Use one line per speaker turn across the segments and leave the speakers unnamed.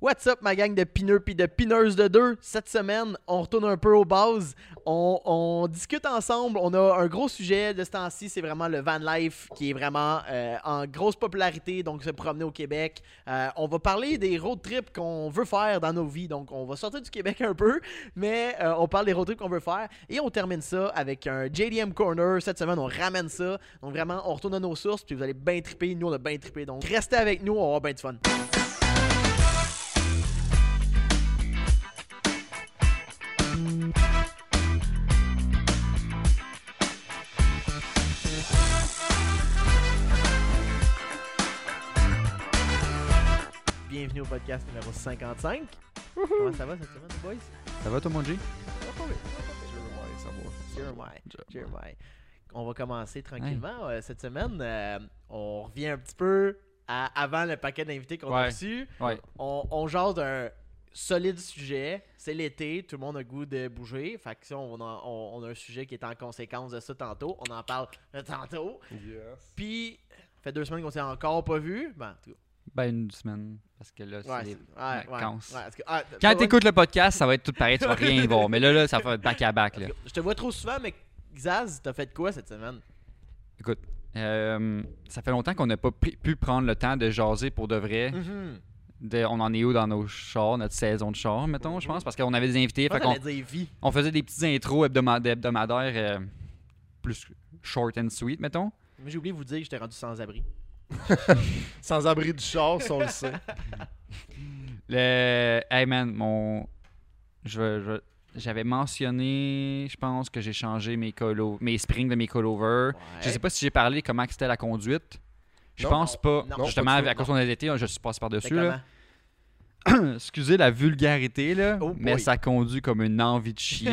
What's up, ma gang de pineux puis de pineuses de deux? Cette semaine, on retourne un peu aux bases. On, on discute ensemble. On a un gros sujet de ce temps-ci. C'est vraiment le van life qui est vraiment euh, en grosse popularité. Donc, se promener au Québec. Euh, on va parler des road trips qu'on veut faire dans nos vies. Donc, on va sortir du Québec un peu, mais euh, on parle des road trips qu'on veut faire. Et on termine ça avec un JDM Corner. Cette semaine, on ramène ça. Donc, vraiment, on retourne à nos sources. Puis, vous allez bien triper. Nous, on a bien trippé. Donc, restez avec nous. On va avoir bien du fun. Bienvenue au podcast numéro 55. Comment ça va cette semaine, les boys?
Ça va, Tomo G?
Ça va pas bien.
ça va.
Jeremiah. Jeremiah. On va commencer tranquillement euh, cette semaine. euh, on revient un petit peu à avant le paquet d'invités qu'on a
Ouais.
reçu.
Ouais.
On, on jase d'un solide sujet. C'est l'été, tout le monde a goût de bouger. Fait que ça, on, en- on- on a un sujet qui est en conséquence de ça tantôt. On en parle tantôt.
Yes.
Puis, fait deux semaines qu'on s'est encore pas vu. Ben, en tout cas,
Ben, une semaine. Parce que là, c'est.
ouais,
les-
c'est- ouais, ouais,
vacances.
ouais, parce que- ah,
Quand
ouais, ouais.
t'écoutes le podcast, ça va être tout pareil, tu vas rien voir. Mais là, là, ça va être back-à-back. là.
Je te vois trop souvent, mais Xaz, t'as fait quoi cette semaine?
Écoute, euh, ça fait longtemps qu'on n'a pas pu pu prendre le temps de jaser pour de vrai.
Mhm.
De, on en est où dans nos chars, notre saison de chars, mettons, je pense, parce qu'on avait des invités.
Moi,
Fait
t'allais
qu'on
dire vie.
on faisait des petites intros hebdomada- hebdomadaires euh, plus short and sweet, mettons.
Mais j'ai oublié de vous dire que j'étais rendu sans abri.
Sans abri du char, si on le sait.
Le... Hey man, mon. Je vais- je vais- J'avais mentionné, je pense que j'ai changé mes colo... mes springs de mes collovers. Je sais pas si j'ai parlé comment que c'était la conduite. Je
Non,
pense pas.
non,
Justement,
pas du tout,
à cause qu'on a été, je suis passé par-dessus. là.
Comment?
Excusez la vulgarité, là,
Oh
mais
boy.
ça conduit comme une envie de chier.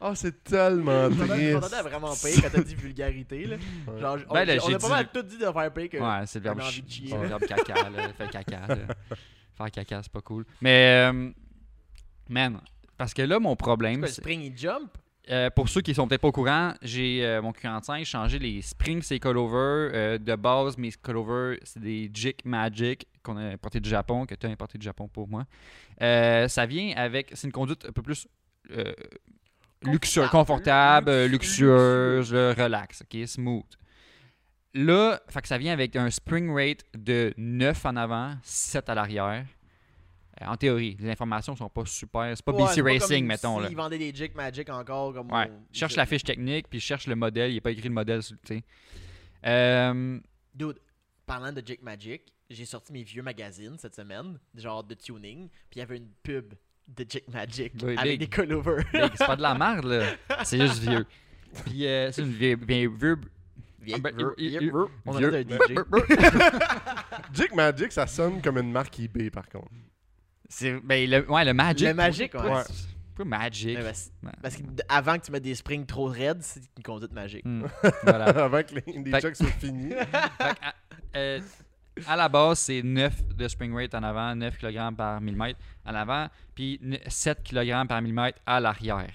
Oh, c'est tellement
Je m'entendais- je m'entendais
triste.
vraiment pire quand t'as dit vulgarité. Là.
Ouais.
Genre, on,
Ben là,
on
j'ai
a pas
dit-
mal tout dit de faire pire que.
ouais, c'est le verbe
Une envie
chi-
de chier,
c'est le
là.
verbe caca, là. Faire caca, là. Faire caca, c'est pas cool. Mais, euh, man, parce que là, mon
C'est
problème,
quoi, le spring et jump
Euh, pour ceux qui sont peut-être pas au courant, j'ai euh, mon Q45, changé les springs et collovers. Euh, de base, mes collovers, c'est des Jig Magic qu'on a importé du Japon, que tu as importé du Japon pour moi. Euh, ça vient avec, c'est une conduite un peu plus euh, luxueuse, confortable, euh, luxueuse, là, relax, ok, smooth. Là, fait que ça vient avec un spring rate de 9 en avant, 7 à l'arrière. Euh, en théorie, les informations sont pas super. C'est pas
Ouais,
BC
c'est
Racing,
comme
mettons. là.
S'ils vendaient des Jig Magic encore. Comme
Ouais.
on-
Cherche la fiche technique, puis cherche le modèle. Il n'est pas écrit le modèle sur le. tu sais. Euh,
Dude, parlant de Jig Magic, j'ai sorti mes vieux magazines cette semaine, genre de tuning, puis il y avait une pub de Jig Magic
Oui,
avec
big.
des collovers.
mec, c'est pas de la merde, là. C'est juste vieux. Puis euh, c'est une vieille. vieille- vieille-
Vieux-
Ah ben,
vieux-
il-
vieux-
il-
vieux. On a
vieux-
un DJ.
Jig Magic, ça sonne comme une marque eBay, par contre.
c'est- ben, le, ouais, le Magic.
Le Magic, ouais.
Pourquoi- pourquoi Magic.
Mais ben, parce-
Ouais.
Parce qu'avant que tu mettes des springs trop raides, c'est une conduite magique.
Hmm, voilà.
Avant que les, les
Fait-
chucks soient finis.
Fait que, à, euh, à la base, c'est 9 de spring rate en avant, 9 kg par 1000 mètres en avant, puis ne- 7 kg par 1000 mètres à l'arrière.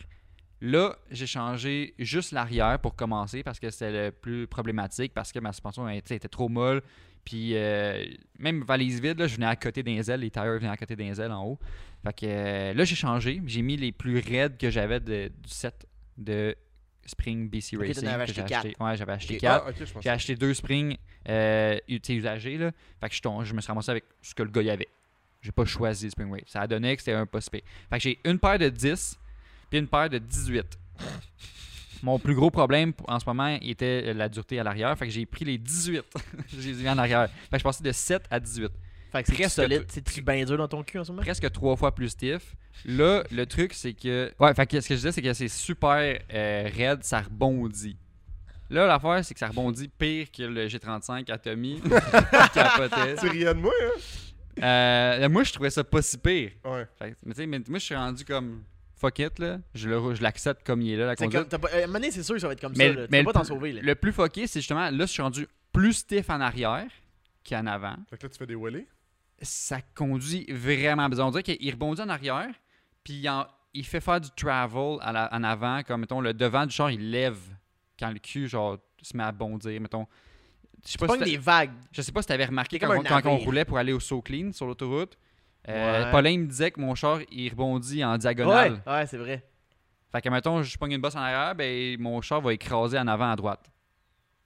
Là, j'ai changé juste l'arrière pour commencer parce que c'était le plus problématique parce que ma suspension elle, tu sais, était trop molle. Puis euh, même valise vide, là, je venais à côté d'un ailes, les tires venaient à côté d'un ailes en haut. Fait que euh, là, j'ai changé. J'ai mis les plus raides que j'avais de- du set de Spring BC
Ok, t'en
Racing.
avais
que
acheté
j'ai
quatre.
acheté. Ouais, j'avais acheté
Ok.
4.
Ah, ok, je pense
J'ai acheté deux springs euh, tu sais, usagés. Là. Fait que je, suis tombé- je me suis ramassé avec ce que le gars y avait. J'ai pas choisi le Spring Wave. Ça a donné que c'était un pas si pire. Fait que j'ai une paire de 10 puis une paire de 18. Mon plus gros problème p- en ce moment était euh, la dureté à l'arrière. Fait que j'ai pris les 18. j'ai mis en arrière. Fait que je passais de 7 à 18.
Fait que c'est
Presque
solide. C'est-tu bien dur dans ton cul en ce moment?
Presque trois fois plus stiff. Là, le truc, c'est que. Ouais, fait que ce que je disais, c'est que c'est super euh, raide, ça rebondit. Là, l'affaire, c'est que ça rebondit pire que le G35 à Tommy. Capotait.
Tu riais de moi, hein?
Euh, moi, je trouvais ça pas si pire.
Ouais.
Fait que, mais tu sais, mais moi, je suis rendu comme fuck it, là. Je le re- je l'accepte comme il est là, la
C'est
conduite.
comme- t'as pas- à un moment donné, c'est sûr que ça va être comme
Mais-
ça. là. Tu
mais
peux pas t'en
plus-
sauver. Là.
Le plus fucké, c'est justement, là, je suis rendu plus stiff en arrière qu'en avant.
Fait que là, tu fais des wheelies.
ça conduit vraiment bizarre. On dirait qu'il rebondit en arrière, puis il, en- il fait faire du travel à la- en avant, comme mettons le devant du char, il lève quand le cul genre se met à bondir, mettons. Je
Tu
sais pas, si
pognes
t'a-
des vagues.
je sais pas si t'avais remarqué
C'est comme
quand,
un
quand on
navire.
roulait pour aller au So Clean sur l'autoroute. Euh,
Ouais.
Paulin il me disait que mon char, il rebondit en diagonale.
Ouais, ouais, c'est vrai.
Fait que, mettons, je pogne une bosse en arrière, ben, mon char va écraser en avant à droite.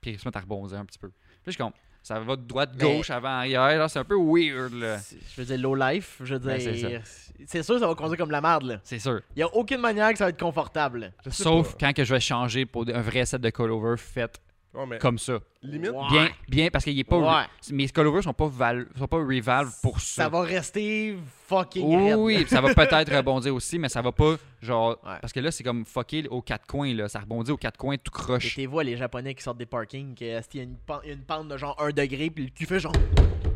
Puis il se met à rebondir un petit peu. Puis je compte. Ça va de droite,
Mais-
gauche, avant, arrière. Là, c'est un peu weird, là.
C'est- Je veux dire, low life, je veux
Ouais, Ben, c'est
dire. C'est sûr, ça va conduire comme la merde, là.
C'est sûr.
Il n'y a aucune manière que ça va être confortable.
Je sais
Sauf
pas.
quand que je vais changer pour un vrai set de callover fait
Euh, Ouais, mais
comme ça.
limite,
Ouais.
Bien, bien, parce qu'il est pas.
Ouais.
Mes callovers sont pas, val- sont pas revalve pour ça.
Ça va rester fucking
Oui,
raide.
oui, puis ça va peut-être rebondir aussi, mais ça va pas, genre,
Ouais.
parce que là, c'est comme fucké aux quatre coins, là. Ça rebondit aux quatre coins tout
Et
croche.
t'es vois les Japonais qui sortent des parkings, que, asti, il y a une, pan- une pente de genre 1 degré, puis le cul fait genre.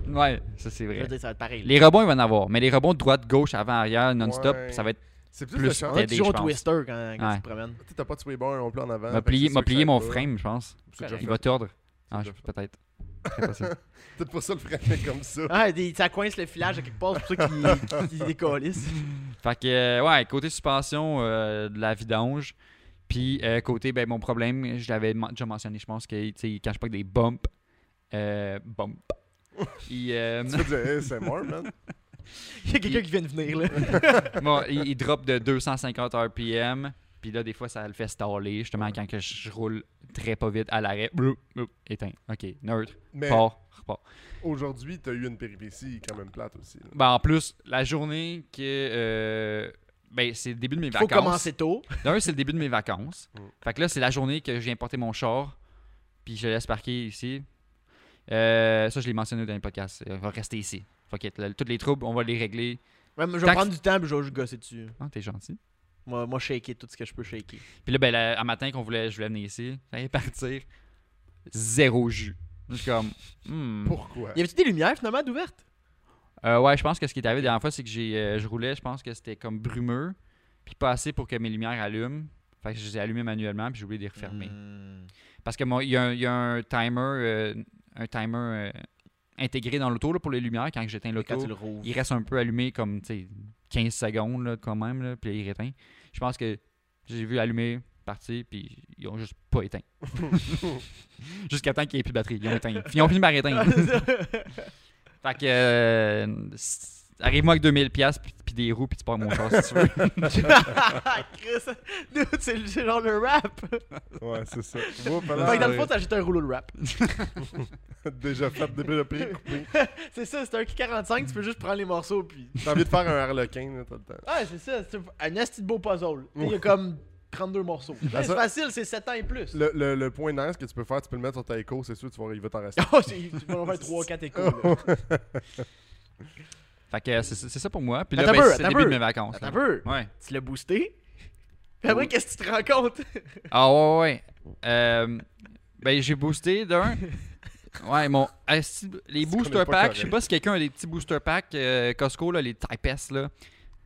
Ouais, ça, c'est
Je veux
vrai.
dire, ça va être pareil. là.
Les rebonds, ils vont en avoir, mais les rebonds droite, gauche, avant, arrière, non-stop,
Ouais. Ah,
ça va être.
c'est plus,
plus
le char.
On a
t'aider,
toujours
je pense.
twister quand, quand
Ouais.
tu te promènes.
Tu sais, T'as pas de swaybar non plus en avant.
M'a
fait que
plié,
ben,
m'a
c'est sûr que
plié
ça
mon
aide pas.
frame, je pense.
C'est déjà
Il
fait.
va tordre. Ah,
déjà
je-
fait.
peut-être. Très possible.
Peut-être pour ça le frein est comme ça.
Ah, des- ça coince le filage à quelque part, c'est pour ça qu'il qu'il décalisse.
Fait que, euh, ouais, côté suspension, euh, de la vidange. Puis, euh, côté, ben, mon problème, je l'avais men- déjà mentionné, je pense, que, tu sais, il cache pas que des bumps. Euh, bump. Il, euh,
Tu veux dire ASMR, man?
Il y a quelqu'un qui vient de venir, là.
Bon, il, il drop de 250 RPM. Puis là, des fois, ça le fait staller, justement, quand que je roule très pas vite à l'arrêt. Bloup, bloup, éteint. OK, neutre,
Euh.
Mais
part, repart.
aujourd'hui, t'as eu une péripétie quand même plate aussi. là.
Ben, en plus, la journée que... euh, ben, c'est le début de mes
Faut
vacances.
commencer tôt.
D'un, c'est le début de mes vacances.
Mm.
Fait que là, c'est la journée que je viens porter mon char, puis je le laisse parquer ici. Euh, ça, je l'ai mentionné dans le podcast. Il va rester ici. Fuck it. Là, Toutes les troubles, on va les régler.
Ouais, mais je vais
Tac-
prendre du temps, puis je vais juste gosser dessus.
Ah, t'es gentil.
Moi, moi shaker tout ce que je peux shaker.
Puis là, ben, là, un matin qu'on voulait, je voulais venir ici, j'allais partir, zéro jus. Je suis comme, hmm.
Pourquoi?
Y avait-tu des lumières finalement d'ouvertes?
Euh, ouais, je pense que ce qui est arrivé la dernière fois, c'est que j'ai, euh, je roulais, je pense que c'était comme brumeux, puis pas assez pour que mes lumières allument. Fait que je les ai allumées manuellement, puis j'ai oublié de les refermer.
Hmm.
Parce que mon- il y, a un- il y a un timer, euh, un timer euh, intégré dans l'auto là, pour les lumières quand j'éteins
Mais Quand
l'auto.
tu le rouvres.
il reste un peu allumé comme tu sais, 15 secondes là, quand même, là, puis là, il réteint. Je pense que j'ai vu allumer, partir, puis ils ont juste pas éteint. Jusqu'à temps qu'il n'y ait plus de batterie. Ils ont éteint. Puis ils ont fini par éteindre. fait que. euh, c'est- Arrive-moi avec 2000$ piastres, puis, puis des roues, puis tu pars mon char si tu veux.
Chris, dude, c'est le- c'est genre le rap.
Ouais, c'est ça.
Ah,
Bon,
fait que dans
voilà,
le fond, t'as acheté un rouleau de rap.
déjà fait, déjà pris, coupé.
C'est ça, c'est un Q45, tu peux juste prendre les morceaux puis.
T'as envie de faire un harlequin, là, tout le temps.
Ah, c'est ça, c'est un asti de beau puzzle. Il y a comme 32 morceaux. c'est
Ah, ça-
facile, c'est 7 ans et plus.
Le, le, le point nice que tu peux faire, tu peux le mettre sur ta écho, c'est sûr, tu vas, il va t'en rester.
Oh, c'est- tu vas en faire 3-4 échos. là.
Fait que euh, c'est c'est ça pour moi. Puis là,
Attends
ben,
un peu,
c'est le
attends
début
un
de
peu.
mes vacances.
Attends un
là.
peu.
Ouais.
Tu l'as boosté. Puis après, qu'est-ce que tu te rends compte?
Ah ouais, ouais, ouais. Euh, ben, j'ai boosté d'un. Ouais, mon. asti- Les
C'est qu'on
booster
est pas
packs, je sais
correct.
pas si quelqu'un a des petits booster packs euh, Costco, là, les Type S, là.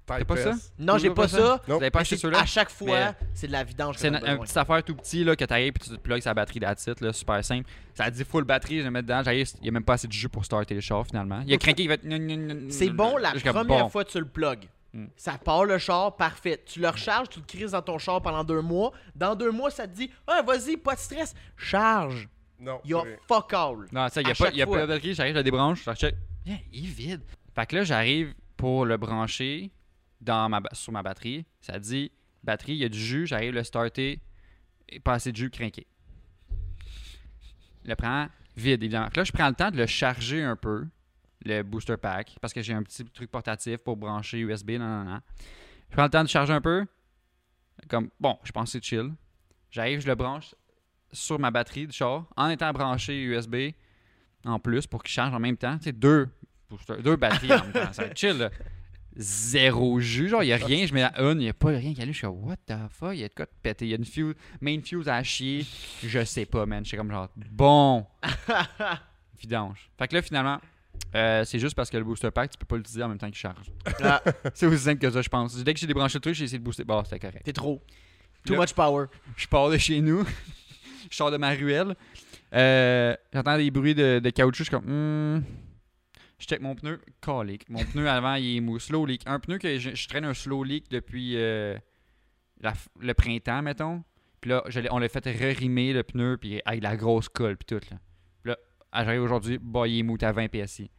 T'as
Ah, pas ça?
Non, j'ai pas ça.
Vous avez pas
Mais
acheté
c'est-
ceux-là?
À chaque fois,
Mais-
c'est de la vidange. que
C'est
t'en
une,
as
un
besoin.
petite affaire tout petit, là, que t'arrives, puis tu te plugues sa batterie d'attitude, là, super simple. Ça dit full batterie, je le mets dedans, j'arrive, il y a même pas assez de jus pour starter le char, finalement. Il a craqué, il va être. gnon, gnon, gnon, gnon,
C'est
gnon.
bon la
Je suis
première
comme, bon.
fois que tu le plugues.
Mm.
Ça part le char, parfait. Tu le recharges, tu le crises dans ton char pendant deux mois. Dans deux mois, ça te dit Ah, vas-y, pas de stress, charge.
Non.
Y'a
c'est vrai.
fuck all.
Non, ça, il n'y
À
a, pas,
chaque
y a
fois.
pas de batterie, j'arrive, je la débranche, je la check. Yeah, il est vide. Fait que là, j'arrive pour le brancher dans ma, ba- sur ma batterie. Ça dit batterie, il y a du jus, j'arrive le starter, et pas assez de jus, crinqué. Le prends vide, évidemment. Fait que là, je prends le temps de le charger un peu, le booster pack, parce que j'ai un petit truc portatif pour brancher USB, non, non, non. Je prends le temps de charger un peu. Comme, bon, je pense que c'est chill. J'arrive, je le branche sur ma batterie du char en étant branché USB en plus pour qu'il change en même temps. Tu sais, deux, boosters- deux batteries en même temps. Ça va être chill, là. Zéro jus, genre, il n'y a rien. Je mets la une, il n'y a pas rien qui allume. Je suis comme, what the fuck, il y a de quoi de péter. Il y a une fuse, main fuse à chier. Je sais pas, man. Je suis comme, genre, bon. Vidange. Fait que là, finalement, euh, c'est juste parce que le booster pack, tu peux pas l'utiliser en même temps qu'il charge.
Ah.
c'est aussi simple que ça, je pense. Dès que j'ai débranché le truc, j'ai essayé de booster. Bon, c'était correct.
T'es trop. Too
Là-
much power.
Je pars de chez nous. je sors de ma ruelle. Euh, J'entends des bruits de, de caoutchouc. Je suis comme. Hmm. Je check mon pneu. Calique. Mon pneu avant, il est mou. Slow leak. Un pneu que je, je traîne un slow leak depuis euh, la f- le printemps, mettons. Puis là, je l'ai- on l'a fait re-rimer le pneu puis avec de la grosse colle puis tout. Là, Puis là ah, j'arrive aujourd'hui. Bah, il est mou. T'as 20 PSI.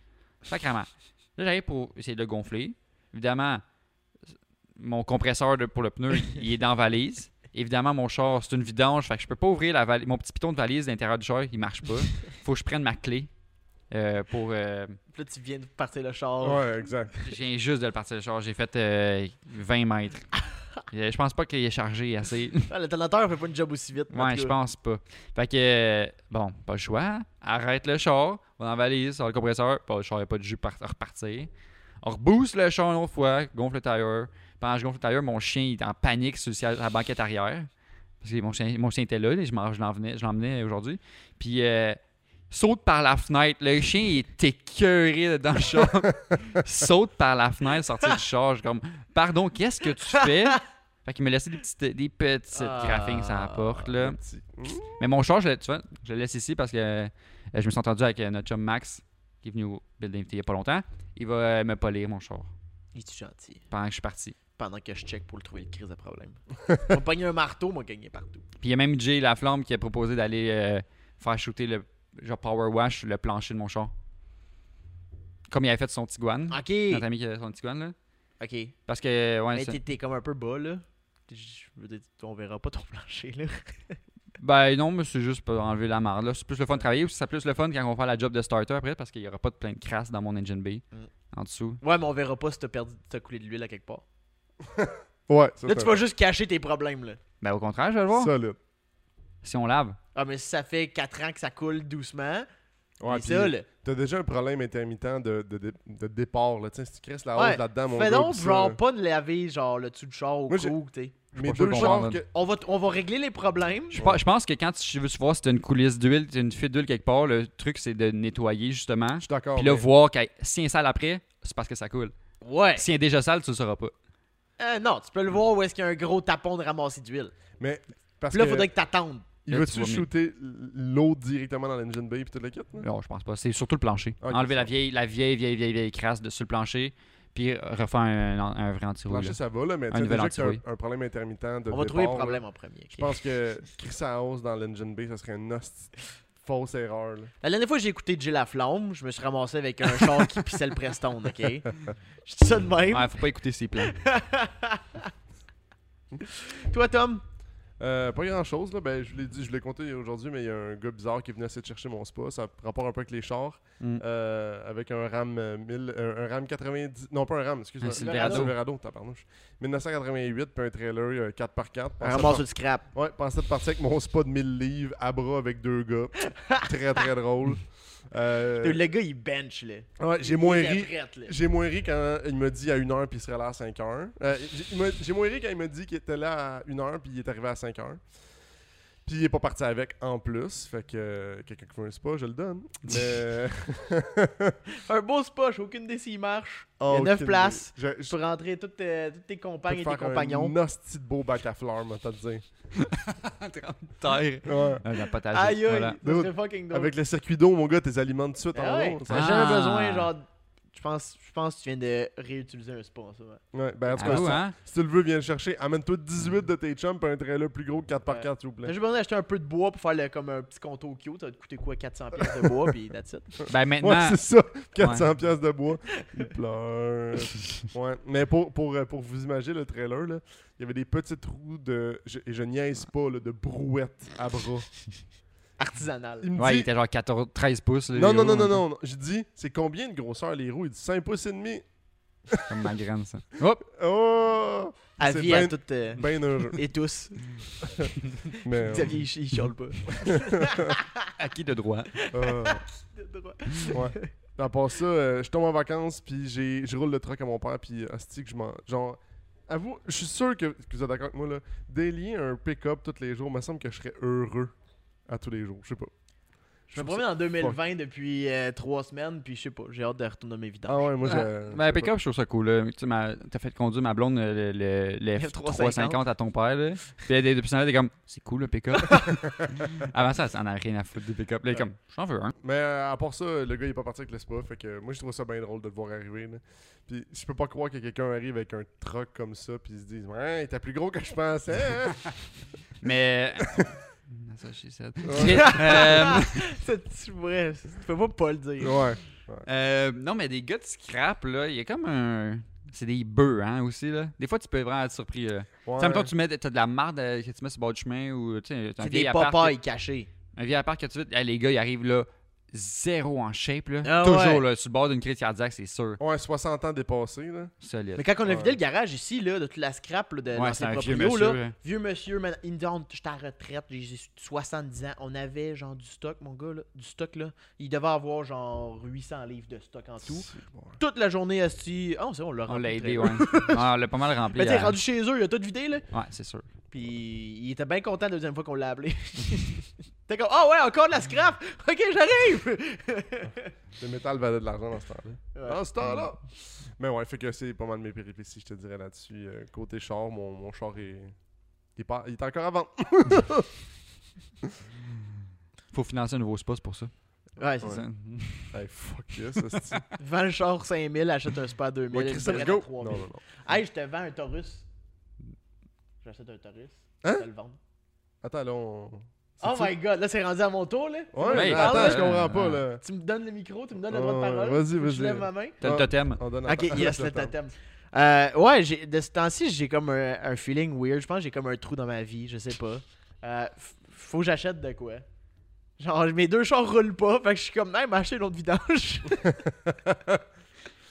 Sacrement. Là, j'arrive pour essayer de le gonfler. Évidemment, mon compresseur de- pour le pneu, il- il est dans la valise. Évidemment, mon char, c'est une vidange. Fait que je peux pas ouvrir la valise. Mon petit piton de valise de l'intérieur du char, il marche pas. Faut que je prenne ma clé euh, pour. euh,
Puis là, tu viens de partir le char.
Ouais, exact.
je viens juste de le partir le char. J'ai fait euh, 20 mètres. Euh, Je pense pas qu'il est chargé assez.
Ah, L'alternateur fait pas une job aussi vite. en
Ouais,
tout
je
cas.
pense pas. Fait que, euh, bon, pas le choix. Arrête le char, on en valise sur le compresseur. Pas le char, il a pas de jus par- à repartir. On rebooste le char une autre fois, gonfle le tire. Pendant que je gonfle le tire, mon chien il est en panique sur le siège- la banquette arrière. Parce que mon chien, mon chien était là, là, je m'en- je l'en venais- je l'emmenais aujourd'hui. Puis, euh, saute par la fenêtre. Le chien, il est écœuré dans le char. saute par la fenêtre, sorti du char. Je suis comme, pardon, qu'est-ce que tu fais? Fait qu'il me laissait des petites, des petites
Ah.
graphings sur la porte, là.
Petit.
Mais mon char, je le, tu vois, je le laisse ici parce que euh, je me suis entendu avec euh, notre chum Max, qui est venu au Building il n'y a pas longtemps. Il va euh, me polir mon char
Il est gentil.
pendant que je suis parti.
Pendant que je check pour le trouver, le crise de problème. On va pogner un marteau, moi, gagné partout.
Puis il y a même Jay Laflamme qui a proposé d'aller euh, faire shooter le genre power wash le plancher de mon char. Comme il avait fait son Tiguan.
Ok.
Notre ami qui a son Tiguan, là.
Ok. Mais
Parce que,
Ben,
ouais, c'est-
t'es- t'es comme un peu bas, là. Je veux dire, on verra pas ton plancher, là.
Ben non, mais c'est juste pour enlever la marde. là. C'est plus le fun de travailler, puis c'est plus le fun quand on va faire la job de starter après, parce qu'il n'y aura pas de plein de crasse dans mon engine bay
Mm.
en dessous.
Ouais, mais on verra pas si t'as perdu, t'as coulé de l'huile à quelque part.
Ouais, ça,
Là,
c'est
tu vas juste cacher tes problèmes, là.
Ben au contraire, je vais le voir.
solide.
Si on lave.
Ah, mais si ça fait 4 ans que ça coule doucement,
Ouais,
et ça,
puis
là.
t'as déjà un problème intermittent de, de, de, de départ, là. Tiens, si tu crisses la hausse
Ouais.
là-dedans, mon
Fais
gars,
donc,
oublie ça,
genre,
là.
pas de laver, genre, le dessus du char au
Moi, j'ai-
cou, tu sais.
Mes
pas sûr
deux
qu'on
chars
pardonne.
que-
On va, t- on va régler les problèmes.
Je, pense- je pense que quand tu veux voir si t'as une coulisse d'huile, t'as une fuite d'huile quelque part, le truc c'est de nettoyer justement.
Je suis d'accord.
Puis là,
mais-
voir que si est sale après, c'est parce que ça coule.
Ouais.
Si est déjà sale, tu le sauras pas.
Euh, non, tu peux le voir où est-ce qu'il y a un gros tapon de ramasser d'huile.
Mais parce
Puis là,
que
faudrait que t'attendes.
il
Là,
veut-tu
tu Ah, vois mieux.
shooter l'eau directement dans l'engine bay puis tout le kit? là?
Non, je pense pas. C'est surtout le plancher.
Ok,
Enlever la
ça.
vieille, la vieille, vieille, vieille, vieille crasse de, sur le plancher, puis refaire un, un, un vrai
Le
anti-rouille.
plancher,
là.
ça va, là, mais
Un
tu sais
nouvel
déjà que t'as
anti-rouille.
un, un problème intermittent de
On va trouver le
départ, là.
problème en premier. ok?
Je pense que crisser la hausse dans l'engine bay, ça serait une hostie de fausse erreur, là.
La dernière fois que j'ai écouté Jay Laflamme, je me suis ramassé avec un char qui pissait le Preston, ok? Je dis ça de même.
Ouais, faut pas écouter ses plans.
Toi, Tom?
Euh, pas grand chose, là. Ben, je l'ai dit, je l'ai compté aujourd'hui, mais il y a un gars bizarre qui est venu essayer de chercher mon spa. Ça a rapport un peu avec les chars.
Mm.
Euh, avec un RAM euh, 1000, un, un RAM 90. Non, pas un RAM, excuse-moi.
Un Silverado.
Silverado, tabarnouche. 1988, puis un trailer euh, 4x4.
Un
Pensais
ramasse du scrap.
par- Ouais, pensais de partir avec mon spa de 1000 livres à bras avec deux gars. très, très drôle. Euh,
Le gars, il bench, là.
ouais, j'ai moins
Il était
ri.
prêt, là.
J'ai moins ri quand il me dit à 1h puis il serait là à 5h. J'ai moins ri quand il me dit qu'il était là à 1h puis il est arrivé à 5h. Puis il est pas parti avec en plus. Fait que euh, quelqu'un qui veut un spa, je le donne. Mais.
Un beau spa, j'ai aucune idée s'il marche.
Oh,
il y a 9
aucune
places.
idée. Je,
Tu peux rentrer toutes tes, toutes tes compagnes
je
et
peux
tes
te faire
compagnons.
un hostie de beau bac à fleurs, moi, t'as dit.
Terre. Un Ah, potager.
Aïe, aïe,
voilà.
ça serait fucking drôle.
Avec le circuit d'eau, mon gars, tes aliments de suite
Ah
en
ouais,
eau. Ça-
t'as jamais
Ah.
besoin, genre... Je pense, je pense que tu viens de réutiliser un spa en ce moment.
Ouais, ben, en tout cas,
Allô,
si-
hein?
si tu le veux, viens le chercher. Amène-toi 18 de tes chums puis un trailer plus gros que 4x4, s'il vous
T'as
plaît.
juste besoin d'acheter un peu de bois pour faire le- comme un petit contour cute. Ça va te coûter quoi 400$ piastres de bois, puis that's it.
Ben
Ouais,
maintenant,
c'est ça. 400 pièces de bois. Il pleure. Ouais. Mais pour, pour, euh, pour vous imaginer le trailer, là, il y avait des petits trous de. Je, et je niaise pas, là, de brouettes à bras.
Artisanal.
Il me
ouais, il
dit.
était genre 14, 13 pouces. là,
non,
les
non,
roues,
non, non,
là.
non, non. J'ai dit, c'est combien de grosseur les roues Il dit 5 pouces et demi.
Comme ma graine, ça. Hop!
Oh
À
C'est
vie à
ben-
toutes euh,
Ben heureux.
et tous.
Mais, euh,
Xavier, il, il chiale pas.
Acquis de droit.
euh,
De droit.
ouais. À part ça, euh, je tombe en vacances, puis j'ai- je roule le truck à mon père, puis hostie que je m'en. Genre. Avoue, je suis sûr que, que vous êtes d'accord avec moi, là. Délier un pick-up tous les jours, il me semble que je serais heureux à tous les jours. Je sais pas.
Je me
trouve
promène en 2020 depuis 3 semaines, puis je sais pas, j'ai hâte de retourner à mes
Ah
vidanges.
ouais, moi
Ah,
j'ai.
ben, pick-up, je trouve ça cool. là. Tu sais, ma- T'as fait conduire ma blonde euh, le, le, le
Le
F350 à ton père. Là. Puis elle, depuis ce temps-là, elle est comme, c'est cool le pick-up. Avant ça, elle en a rien à foutre du pick-up. Là, elle est comme, j'en veux un.
Mais euh, à part ça, le gars il est pas parti avec le spa. Fait que moi je trouve ça bien drôle de le voir arriver. là. Puis je peux pas croire que quelqu'un arrive avec un truck comme ça. Puis ils se disent Ouais, il était plus gros que je pensais. hein?
Mais That's what she said.
Ouais.
Euh,
C'est- tu pourrais- tu peux pas pas le dire.
Ouais.
euh, non, mais des gars de scrap, là, il y a comme un. C'est des bœufs, hein, aussi, là. Des fois, tu peux vraiment être surpris, là. Tu sais, mettons, tu mets, t'as de la marde euh, que tu mets sur le bord du chemin ou, tu sais, t'as un
C'est
vieil
des
appart
papayes cachées.
Un vieil appart que tu veux. les gars, ils arrivent là, zéro en shape. Là.
Ah
Toujours
ouais.
là, sur le bord d'une crise cardiaque, c'est sûr.
Ouais, 60 ans dépassé, là.
Solide.
Mais euh, quand on a
Ouais.
vidé le garage ici, là, de toute la scrap là, de
ouais, c'est
l'ancien
un vieux
proprio,
monsieur. hein.
là,
là.
vieux monsieur, man, il me dit Oh, j'étais à la retraite, j'ai 70 ans. On avait genre du stock, mon gars, là, du stock là. Il devait avoir genre 800 livres de stock en tout.
C'est bon.
Toute la journée, asti. Ah, c'est bon, on l'a
On
rendu
l'a
très
aidé,
bien.
ouais. Ah, on l'a pas mal rempli.
Mais t'es
à-
rendu chez eux, il a tout vidé là.
Ouais, c'est sûr.
Puis il était bien content la deuxième fois qu'on l'a appelé. T'es comme Ah ouais, encore de la scrap Ok, j'arrive
Le métal valait de l'argent dans ce temps-là.
Ouais.
Dans ce temps-là! Mais ouais, fait que c'est pas mal mes péripéties, je te dirais là-dessus. Euh, côté char, mon, mon char est. Il est, pas- il est encore à vendre.
Faut financer un nouveau space pour ça.
Ouais, c'est
Ouais.
ça.
hey, fuck yes, c'est
Vends le char 5000, achète un spa à 2000.
Moi,
le
Christophe,
bread à
go!
3000.
Non, non, non.
Hey, je te vends un Taurus. J'achète un Taurus.
Hein?
Je te le vends.
Attends, là, on.
Oh
C'est-tu-
my god, là c'est rendu à mon tour là.
Ouais, mais
Hey,
attends,
parle,
je comprends pas,
euh,
là.
Tu me donnes le micro, tu me donnes le droit de
Ouais,
parole.
vas-y,
Faut que Je
vas-y.
lève ma main.
T'as le
Ah.
totem.
On donne à-
Ok, yes, le
Attends.
totem. Euh, ouais, j'ai- de ce temps-ci, j'ai comme un, un feeling weird. Je pense que j'ai comme un trou dans ma vie, je sais pas. Euh, f- faut que j'achète de quoi. Genre, mes deux chars roulent pas, fait que je suis comme, même acheter une autre vidange.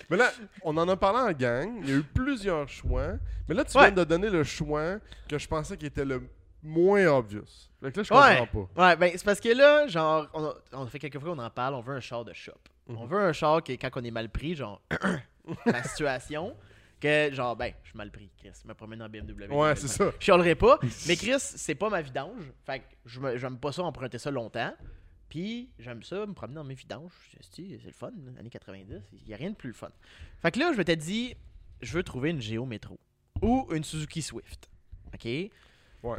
Mais là, on en a parlé en gang. Il y a eu plusieurs choix. Mais là, tu
Ouais.
viens de donner le choix que je pensais qui était le moins obvious. Fait que là, je
Ouais.
comprends pas.
Ouais, ben c'est parce que là, genre, on, a- on fait quelques fois qu'on en parle, on veut un char de shop.
Mhm.
On veut un char qui, quand on est mal pris, genre, ma situation, que genre, ben, je suis mal pris, Chris, je me promène en BMW.
Ouais, c'est ça.
Je chialerai pas, mais Chris, c'est pas ma vidange, fait que je me- j'aime pas ça emprunter ça longtemps. Puis, j'aime ça, me promener dans mes vidanges. Je me suis dit, C'est le fun, là, années 90, il y a rien de plus le fun. Fait que là, je m'étais dit, je veux trouver une Géo Métro ou une Suzuki Swift. OK?
Ouais.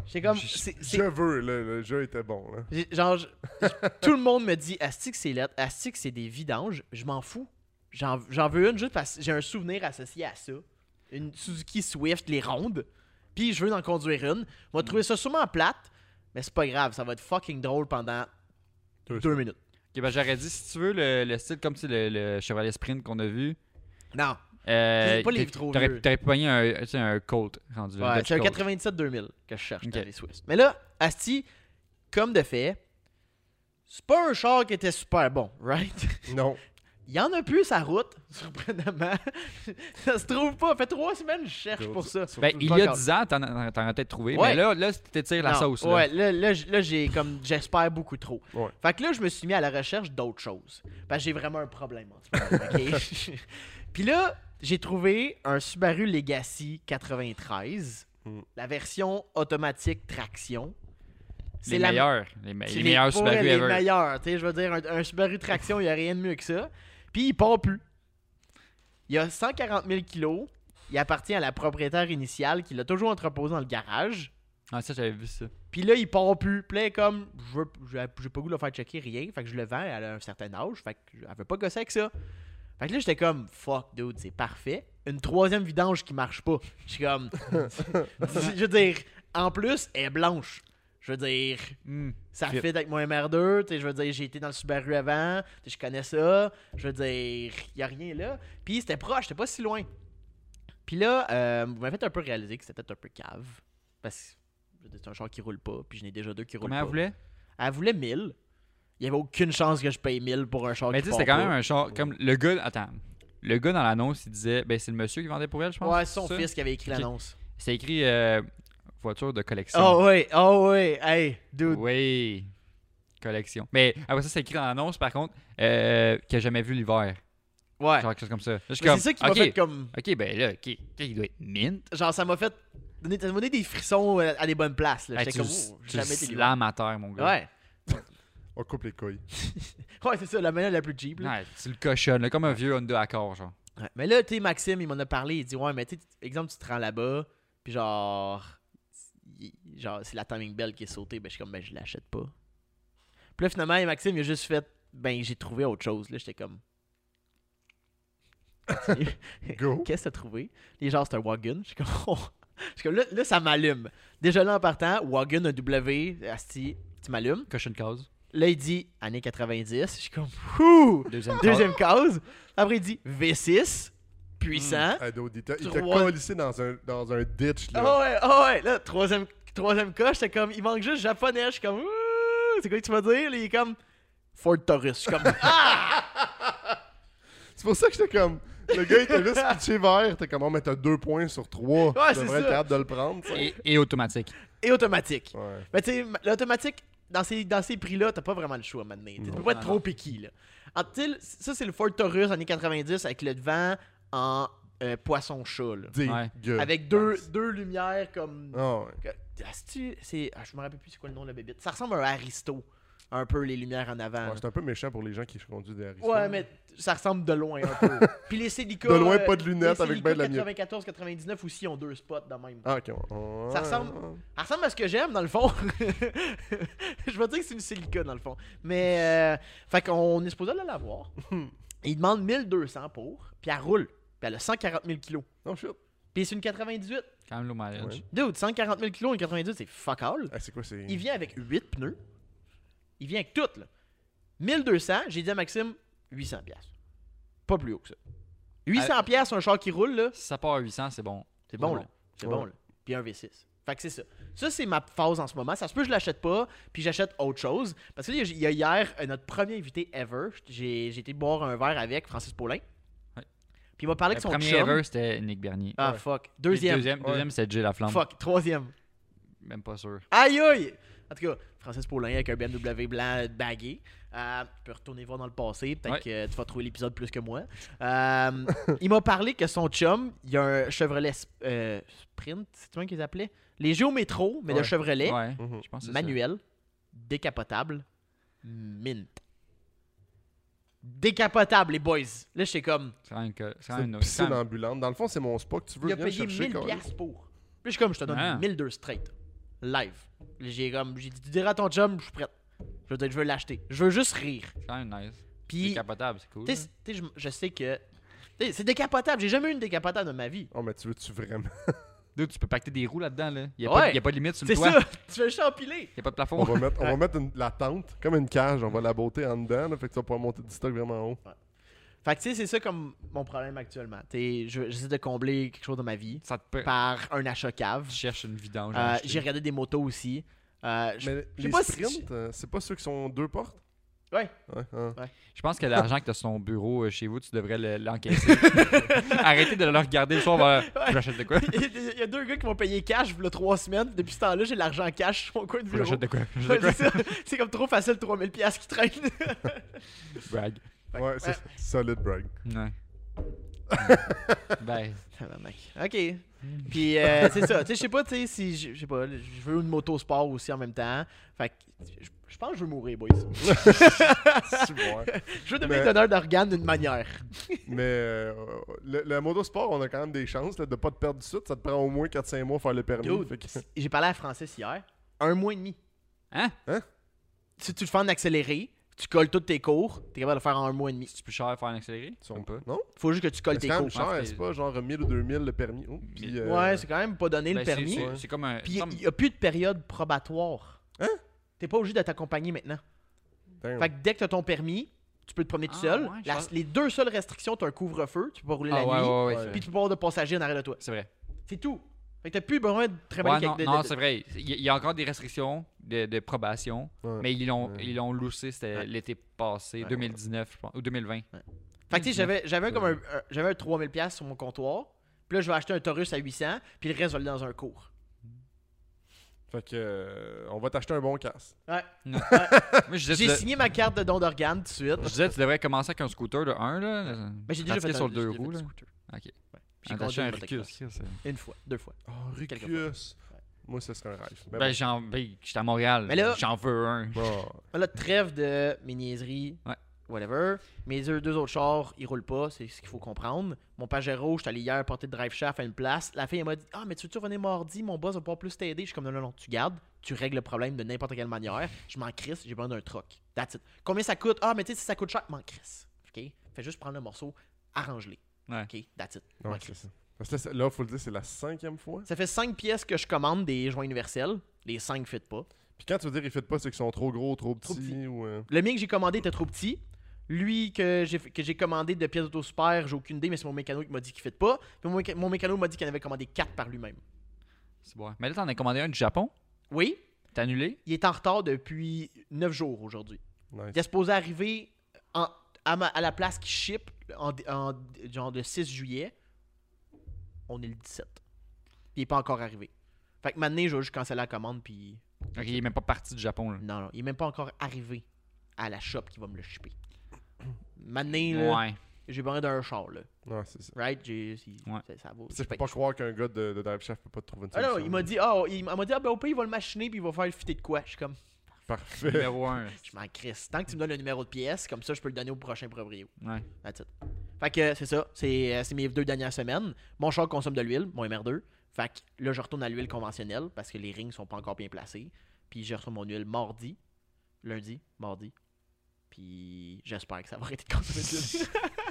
C'est comme.
Je-
c'est- c'est-
Je veux, là, le jeu était bon. Là.
j'ai- Genre, je- je- tout le monde me dit Astic, c'est lettre. Astic, c'est des vidanges. Je m'en fous. J'en j'en veux une juste parce que j'ai un souvenir associé à ça. Une Suzuki Swift, les rondes. Puis je veux en conduire une. On va trouver ça sûrement plate, mais c'est pas grave. Ça va être fucking drôle pendant
Deux
deux minutes.
Ok, ben, j'aurais dit, si tu veux, le, le style comme tu sais, le, le Chevrolet Sprint qu'on a vu.
Non.
Euh,
C'est pas les
t'es-
vitraux
T'aurais
vieux.
pu- t'aurais pu pogner un, tu sais, un Colt rendu là.
Ouais,
Dodge
c'est un
Colt.
97-2000 que je cherche dans
Ok.
les Swiss. Mais là, Asti, comme de fait, c'est pas un char qui était super bon, right?
Non.
Il y en a plus à route, surprenamment. ça se trouve pas. fait trois semaines que je cherche pour ça.
Ben, il y a
Fuck
10 ans, t'en as t'en as peut-être trouvé.
Ouais.
Mais là, là t'étires la
Non,
sauce. là.
Ouais, là, là, j- là, j'ai comme j'espère beaucoup trop.
Ouais.
Fait que là, je me suis mis à la recherche d'autres choses. Parce que j'ai vraiment un problème en ce moment. ok? Puis là, j'ai trouvé un Subaru Legacy 93,
Mm.
la version automatique traction. C'est
Les
la-
meilleurs. Les, me-
c'est
Ben, les meilleurs
pour
Subaru
les
ever.
meilleurs, tu sais, je veux dire, un, un Subaru traction, il n'y a rien de mieux que ça. Puis il part plus. Il a 140 000 kilos. Il appartient à la propriétaire initiale qui l'a toujours entreposé dans le garage.
Ah, ça, j'avais vu ça.
Puis là, il part plus. Puis là, elle est comme, je veux- j'ai j'ai pas goût de le faire checker, rien. Fait que je le vends, elle a un certain âge. Fait qu'elle veut pas gosser avec ça. Fait que là, j'étais comme, fuck, dude, c'est parfait. Une troisième vidange qui marche pas. Je suis comme, je veux dire, en plus, elle est blanche. Je veux dire,
Hmm.
ça
Fit.
fit avec mon MR2. tu sais, Je veux dire, j'ai été dans le Subaru avant. tu sais, Je connais ça. Je veux dire, il a rien là. Puis c'était proche, c'était pas si loin. Puis là, euh, vous m'avez fait un peu réaliser que c'était peut-être un peu cave. Parce que je veux dire, c'est un char qui roule pas. Puis j'en ai déjà deux qui roulent
Combien elle
pas.
voulait
elle voulait 1000. Il y avait aucune chance que je paye 1000 pour un char
Mais
qui
Ben, tu
part
sais, c'était quand
pas.
même un char. Comme le gars. Attends. Le gars dans l'annonce, il disait. Ben, c'est le monsieur qui vendait pour elle, je pense.
Ouais, c'est son
ça?
fils qui avait écrit
Ok.
l'annonce.
C'est écrit euh, voiture de collection.
Oh ouais, oh ouais, hey, dude.
oui. Collection. Mais après ça, c'est écrit dans l'annonce, par contre, euh, qu'il a jamais vu l'hiver.
Ouais.
Genre quelque chose comme ça. Je suis
Mais
comme,
c'est ça qui m'a
ok,
fait comme.
Ok, ben là, ok. Ok, Il doit être mint.
Genre, ça m'a fait donner, ça m'a donné des frissons euh, à des bonnes places. là.
Hey,
J'étais comme,
tu le-
oh,
tu
j'ai
le
jamais été libre.
slams à terre, mon gars.
Ouais.
On coupe les couilles.
Ouais, c'est ça, la manière la plus cheap. là.
Ouais, tu le cochonnes, là, comme un vieux Honda Accord, genre.
Ouais. Mais là, tu sais, Maxime, il m'en a parlé. Il dit Ouais, mais tu sais, exemple, tu te rends là-bas, puis genre, il- genre c'est la timing bell qui est sautée. Ben, je suis comme Ben, je l'achète pas. Puis là, finalement, Maxime, il a juste fait Ben, j'ai trouvé autre chose. Là, j'étais comme
Go.
Qu'est-ce que t'as trouvé Les gens, c'est un wagon. Je suis comme Oh. Je suis comme, là, là, ça m'allume. Déjà là, en partant, wagon, un W, Asti, tu m'allumes.
Cochon cause.
Là, il dit année 90. Je suis comme, Ouh!
Deuxième case.
Deuxième case. Après, il dit V6, puissant.
Hmm,
Ado, Ah, il t'a il t'a
Trois-
collissé dans un, dans un ditch,
Ah
là.
ouais, ah ouais. Là, troisième, troisième coche, j'étais comme, il manque juste japonais. Je suis comme, Ouh! c'est quoi que tu vas dire? Là, il est comme, Ford Taurus. Je suis comme,
C'est pour ça que j'étais comme. Le gars, il t'a juste pitché vert. T'es comme, oh, mais t'as deux points sur trois.
Ouais,
tu
c'est
devrais
ça.
être capable de le prendre, tu sais.
Et, et automatique.
et automatique.
Ouais.
Mais tu sais, m- l'automatique, dans ces, dans ces prix-là, t'as pas vraiment le choix maintenant. Tu peux pas être
Non,
trop
non.
piqué. Là. En tout cas, ça, c'est le Ford Taurus années 90 avec le devant en euh, poisson-chat. là.
Ouais.
Dégueu.
Avec deux, deux lumières comme.
Ah ouais.
que- ah, c'est-tu- c'est- ah, je me rappelle plus c'est quoi le nom de la bébite. Ça ressemble à un Aristo. Un peu les lumières en avant.
Ouais,
là.
c'est un peu méchant pour les gens qui conduisent des Harrison.
Ouais, mais ça ressemble de loin un peu. Puis les Celica.
De loin,
euh,
pas de lunettes
les
avec ben de la
Celica
mienne.
94-99 aussi ont deux spots dans le même.
Ah, ok. on-
Ça ressemble- Ça ressemble à ce que j'aime, dans le fond. je vais dire que c'est une silica, dans le fond. Mais, euh, fait qu'on est supposé aller la voir. Il demande 1200 pour, puis elle roule. Puis elle a 140 000 kilos.
Non, shit.
Puis c'est une 98.
Quand même l'hommage.
Ouais.
Dude, 140 000 kilos, une 98, c'est fuck all.
Ah, c'est quoi, c'est.
Il
Hmm.
vient avec 8 pneus. Il vient avec tout, là. 1200, j'ai dit à Maxime, 800 piastres. Pas plus haut que ça. 800 piastres, un char qui roule, là,
Si ça part à 800, c'est bon.
c'est bon,
Euh, Ouais.
là. C'est
Ouais.
bon, là. Puis un V6. Fait que c'est ça. Ça, c'est ma phase en ce moment. Ça se peut que je l'achète pas, puis j'achète autre chose. Parce que là, il y a hier, euh, notre premier invité ever, j'ai j'ai été boire un verre avec Francis Paulin.
Ouais.
Puis il m'a parlé
Le
de son
premier
chum.
ever, c'était Nick Bernier.
Ah,
Ouais.
fuck. Deuxième.
Deuxième, deuxième, c'était Jay Laflamme.
Fuck. Troisième.
Même pas sûr.
Aïe aïe! En tout cas, Francis Paulin avec un BMW blanc bagué. Euh, tu peux retourner voir dans le passé, peut-être
Ouais.
que tu vas trouver l'épisode plus que moi. Euh, il m'a parlé que son chum, il a un Chevrolet Sp- euh, Sprint, c'est toi qu'ils appelaient? Les Géométro, mais de
Ouais.
Chevrolet,
Ouais,
Mhm.
je pense que c'est ça.
Eh? manuel, décapotable, mint. Décapotable, les boys. Là, j'étais comme,
C'est quand même que- c'est quand
C'est
même
une
une-
piscine
quand même-
ambulante. Dans le fond, c'est mon spa que tu veux.
il a
viens
payé
le chercher,
1000$
Carlis.
piastres pour. Puis je suis comme, je te donne
Ah.
1002 straight. Live. J'ai comme, j'ai dit, tu diras à ton chum, je suis prête. Je veux dire, je veux l'acheter. Je veux juste rire.
c'est quand même nice.
Puis,
Décapotable, c'est cool.
tu sais,
là.
tu sais, je, je sais que. tu sais, C'est décapotable. J'ai jamais eu une décapotable de ma vie.
Oh, mais tu veux-tu vraiment.
Dude, tu peux pacter des roues là-dedans. Là. Il n'y a,
Ouais.
pas- il y a pas de limite sur le
C'est
toit.
ça. tu fais juste empiler.
Il n'y a pas de plafond.
On va mettre, on va mettre une- la tente, comme une cage, on va la botter en dedans, là, fait que tu vas pouvoir monter du stock vraiment haut.
Fait que, tu sais, c'est ça comme mon problème actuellement. Tu sais, je- j'essaie de combler quelque chose de ma vie
Ça te peut.
par un achat cave.
Tu cherches une vidange. à
Euh,
acheter.
J'ai regardé des motos aussi. Euh, je-
Mais
je sais
les
pas si-
sprints, euh, c'est pas ceux qui sont deux portes
Ouais.
Ouais, hein.
Je pense que l'argent que tu as sur ton bureau euh, chez vous, tu devrais le- l'encaisser. Arrêtez de le regarder le soir. voilà.
Ouais.
J'achète de quoi
Il y a deux gars qui m'ont payé cash il y a trois semaines. Depuis ce temps-là, j'ai de l'argent cash sur mon coin de bureau.
J'achète de quoi J'achète
Ouais,
de quoi
c'est ça. C'est comme trop facile, 3000$ piastres qui traînent.
Brag.
Ouais.
Ouais, c'est solid brag.
Non. ben,
Tabarnak. OK. Puis, euh, c'est ça. Tu sais, je sais pas, tu sais, si. Je je sais pas, je veux une moto sport aussi en même temps. Fait que, je je pense que je veux mourir, boys.
C'est bon, hein.
Je veux devenir
Mais-
donneur d'organes d'une manière.
Mais euh, le, le motosport, on a quand même des chances là, de pas te perdre du sud. Ça te prend au moins 4-5 mois faire le permis.
Dude,
fait que-
J'ai parlé à Francis hier. Un mois et demi.
hein
Si tu le fais en accéléré, tu colles tous tes cours, t'es capable de le faire en un mois et demi.
C'est plus cher de faire un accéléré
Ils sont-
Ou pas
Non?
Faut juste que tu colles
C'est
tes
quand même
cours.
cours, hein,
cher, c'est pas genre 1000 ou 2000 le permis. Oh, puis, euh,
Ouais, c'est quand même pas donné
Ben,
le
c'est-
permis.
c'est- C'est comme un.
Puis, il y a plus de période probatoire.
Hein?
T'es pas obligé de t'accompagner maintenant.
damn.
Fait que dès que t'as ton permis, tu peux te promener tout
Ah,
seul.
ouais, je
La-
pense-
Les deux seules restrictions, t'as un couvre-feu, tu peux pas rouler
Ah,
la
ouais,
nuit.
ouais, ouais,
Ouais.
c'est
puis
vrai.
tu peux avoir de passagers en arrière de toi.
C'est vrai.
C'est tout. Fait que t'as plus besoin de travailler
Ouais, non,
avec de-
non,
de-
c'est vrai. Il y, il y a encore des restrictions de, de probation,
Ouais.
mais ils l'ont
Ouais.
ils l'ont loussé c'était
Ouais.
l'été passé,
Ouais.
2019, je pense, ou 2020.
Fait que tu sais, j'avais, j'avais comme un, un- j'avais un 3000$ piastres sur mon comptoir. Puis là, je vais acheter un Taurus à 800, puis le reste, je vais aller dans un cours.
Fait que, euh, on va t'acheter un bon casse.
Moi, je disais, tu
J'ai
de-
signé ma carte de don d'organes tout de
je
suite.
disais, tu devrais commencer avec un scooter de 1, là.
Mais j'ai déjà
pratiquer
fait
sur
un-
le
j'ai
deux
déjà fait
roues,
du
là.
scooter.
Ok.
J'ai
Attacher
conduit
un
une motocross.
Ricus. ça.
Ben
Une fois, deux fois.
Oh,
Quelques
Ricus.
Ouais.
Moi, ça serait un rêve. Mais
Ben, j'en. Ben, j'étais à Montréal.
Mais là-
J'en veux un.
bon. Bon.
Là, trêve de mes niaiseries.
Ouais.
Whatever. Mes deux, deux autres chars, ils roulent pas, c'est ce qu'il faut comprendre. Mon Pajero, je suis allé hier porter de drive shaft à une place. La fille, elle m'a dit Ah, mais tu veux-tu revenir mardi Mon boss va pouvoir plus t'aider. Je suis comme Non, non, non, tu gardes, tu règles le problème de n'importe quelle manière. Je m'en crisse, j'ai besoin d'un truck. That's it. Combien ça coûte Ah, mais tu sais, si ça coûte cher, m'en crisse. OK Fais juste prendre le morceau, arrange-les.
Ouais.
OK That's it.
Ouais,
M'en
c'est
crisse.
ça. Parce que là, c'est- là, faut le dire, c'est la cinquième fois.
Ça fait 5 pièces que je commande des joints universels. Les 5 fit pas.
Puis quand tu veux dire ils fit pas, c'est qu'ils sont trop gros, trop
Trop
petits.
petits.
Ou, euh,
Le mien que j'ai commandé était trop petit. Lui que j'ai que j'ai commandé de pièces d'auto super, j'ai aucune idée, mais c'est mon mécano qui m'a dit qu'il fit pas. Puis mon, méca- mon mécano m'a dit qu'il en avait commandé 4 par lui-même.
C'est bon. Mais là, t'en as commandé un du Japon.
Oui,
T'as annulé.
il est en retard depuis 9 jours aujourd'hui.
nice.
Il est supposé arriver en- à, ma- à la place qui ship en, dé- en dé- genre le 6 juillet. On est le 17. Il est pas encore arrivé. Fait que maintenant, je vais juste canceller la commande puis
Ok, il est même pas parti du Japon. Là.
non non, il est même pas encore arrivé à la shop qui va me le shipper. Maintenant, là,
Ouais.
j'ai besoin d'un char là.
Ouais, c'est ça.
Right? J'ai, si-
Ouais.
ça, ça vaut.
Puis
ben,
ça, je peux
Fait- Ben,
pas croire qu'un gars de, de Dive Chef peut pas te trouver une
Ah
solution.
non, il m'a dit, ah, il m'a dit, ah ben au pire, il va le machiner puis il va faire le fitter de quoi. Je suis comme,
Parfait.
Numéro 1.
je m'en crisse. Tant que tu me donnes le numéro de pièce, comme ça, je peux le donner au prochain proprio.
Ouais.
That's it. Fait que euh, c'est ça, c'est euh, c'est mes deux dernières semaines. Mon char consomme de l'huile, mon MR2. Fait que là, je retourne à l'huile conventionnelle parce que les rings sont pas encore bien placés. Puis j'ai reçu mon huile mardi, lundi, mardi. Puis j'espère que ça va arrêter de consommer de l'huile.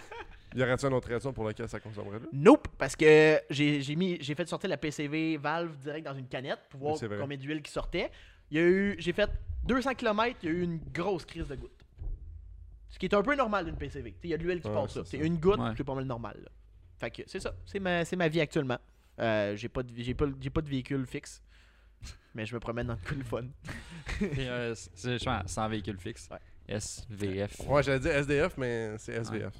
Y aurait-tu une autre raison pour laquelle ça consommerait là
Nope, parce que j'ai j'ai mis j'ai fait sortir la PCV valve direct dans une canette pour voir
Oui, c'est vrai.
combien d'huile qui sortait. Il y a eu j'ai fait 200 km, il y a eu une grosse crise de goutte. Ce qui est un peu normal d'une PCV. Tu sais, Il y a de l'huile qui
Ouais,
passe
c'est
là. C'est
ça.
une goutte,
Ouais.
c'est pas mal normal. là. Fait que c'est ça, c'est ma c'est ma vie actuellement. Euh, j'ai pas de vi- j'ai pas j'ai pas de véhicule fixe. Mais je me promène dans le cool fun.
Puis, euh, c'est- c'est justement sans véhicule fixe.
Ouais.
SVF.
Ouais, j'allais dire SDF, mais c'est SVF.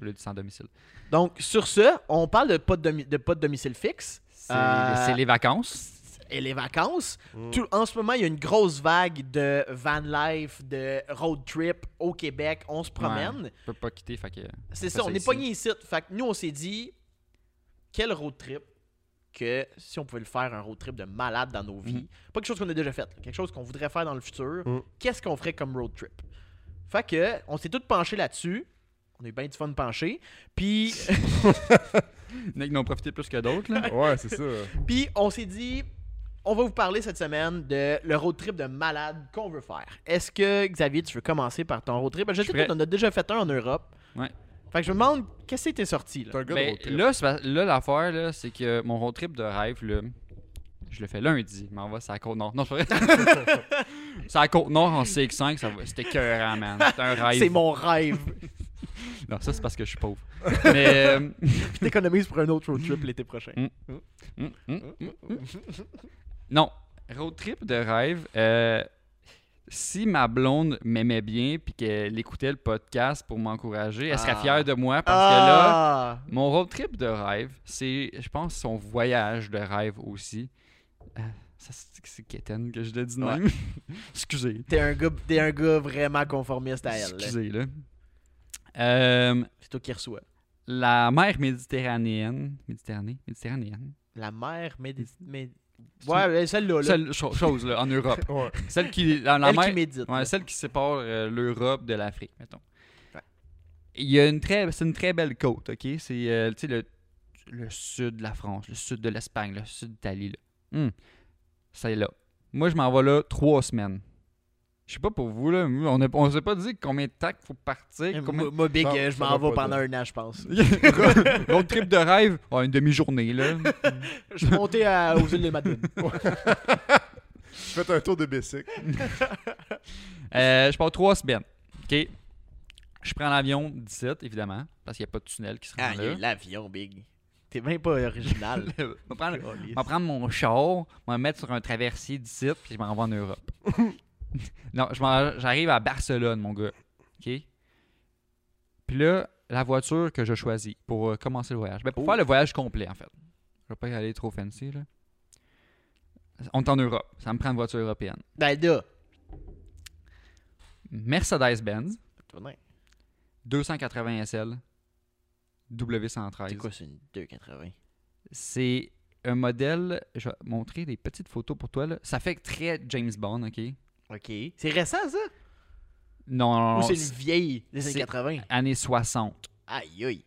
Au lieu du sans domicile.
Donc sur ce, on parle de pas de, domi- de pas de domicile fixe
C'est
Euh,
c'est les vacances.
et les vacances.
Mm.
Tout- en ce moment, il y a une grosse vague de van life, de road trip au Québec. On se promène.
On peut pas quitter. Fait que.
C'est
fait
ça,
ça
on est
ici.
pogné ici. Fait que nous, on s'est dit, quel road trip que si on pouvait le faire, un road trip de malade dans nos vies. Pas quelque chose qu'on a déjà fait, là, quelque chose qu'on voudrait faire dans le futur.
Mm.
Qu'est-ce qu'on ferait comme road trip? Fait que, on s'est tous penchés là-dessus. On a eu bien du fun penché. Puis,
Il y en a qui n'ont profité plus que d'autres. là.
Ah. Ouais, c'est ça.
Puis on s'est dit, on va vous parler cette semaine de le road trip de malade qu'on veut faire. Est-ce que Xavier, tu veux commencer par ton road trip Je sais
prêt.
qu'on en a déjà fait un en Europe.
Ouais.
Fait que je me demande, qu'est-ce qui t'est sorti là
T'es un gars de
Ben,
road trip.
là, c'est parce- là, l'affaire, là, c'est que mon road trip de rêve, là, je le fais lundi. Je m'en vais, c'est à Côte-Nord. Non, c'est pas vrai. c'est à Côte-Nord en CX5. ça va- C'était écœurant, man. C'était un rêve.
C'est mon rêve.
Non, ça, c'est parce que je suis pauvre. Mais. euh,
Je t'économise pour un autre road trip l'été prochain.
Mm, mm, mm, mm. Non, road trip de rêve. euh, si ma blonde m'aimait bien puis qu'elle écoutait le podcast pour m'encourager, elle serait
Ah.
fière de moi parce que là,
ah,
mon road trip de rêve, c'est, je pense, son voyage de rêve aussi. Euh, ça, c'est c'est quétaine que je l'ai dit de même. Excusez.
t'es un gars, t'es un gars vraiment conformiste à elle. là.
Excusez, là. Euh,
C'est toi qui reçois.
la mer méditerranéenne. Méditerranée? Méditerranéenne.
La mer, médite. mais-
C'est
Ouais, ouais, celle-là. là.
Seule cho- chose, là, en Europe.
Ouais.
Celle qui. La, la
Elle
mer,
qui médite.
Ouais,
là.
celle qui sépare euh, l'Europe de l'Afrique, mettons.
Ouais.
Il y a une très, c'est une très belle côte, ok? C'est euh, tu sais, le, le sud de la France, le sud de l'Espagne, le sud d'Italie. Là. Hmm. Ça y est là. Moi, je m'en vais là trois semaines. Je sais pas pour vous, là. mais On, a- on s'est pas dit combien de temps qu'il faut partir.
Moi,
Combien...
moi, big,
Ça-
euh, je
ça
m'en
va
vais
pas,
pendant un an, je pense.
Road trip de rêve, ouais, une demi-journée, là.
Je suis monté à- aux îles de Madrid.
Je fais un tour de bicycle.
Euh, je pars trois semaines, ok? Je prends l'avion 17, évidemment, parce qu'il n'y a pas de tunnel qui se rend
Ah, il y a
là.
eu l'avion, Big. T'es même pas original.
Je vais prendre-
Calice.
Je vais prendre mon char, je vais me mettre sur un traversier d'ici, puis je m'en vais en Europe. non, je m'en- j'arrive à Barcelone, mon gars. OK? Puis là, la voiture que je choisis pour euh, commencer le voyage. Ben, pour
Oh.
faire le voyage complet, en fait. Je vais pas y aller trop fancy, là. On est en Europe. Ça me prend une voiture européenne.
ben là,
Mercedes-Benz,
t'es pas dingue.
280 SL,
c'est
W113.
quoi, c'est une 2,80?
C'est un modèle... Je vais te montrer des petites photos pour toi, là. Ça fait très James Bond, OK?
Ok. C'est récent, ça?
Non, non, non,
Ou c'est
c'est
une vieille des années
c'est-
80?
années 60.
Aïe, aïe.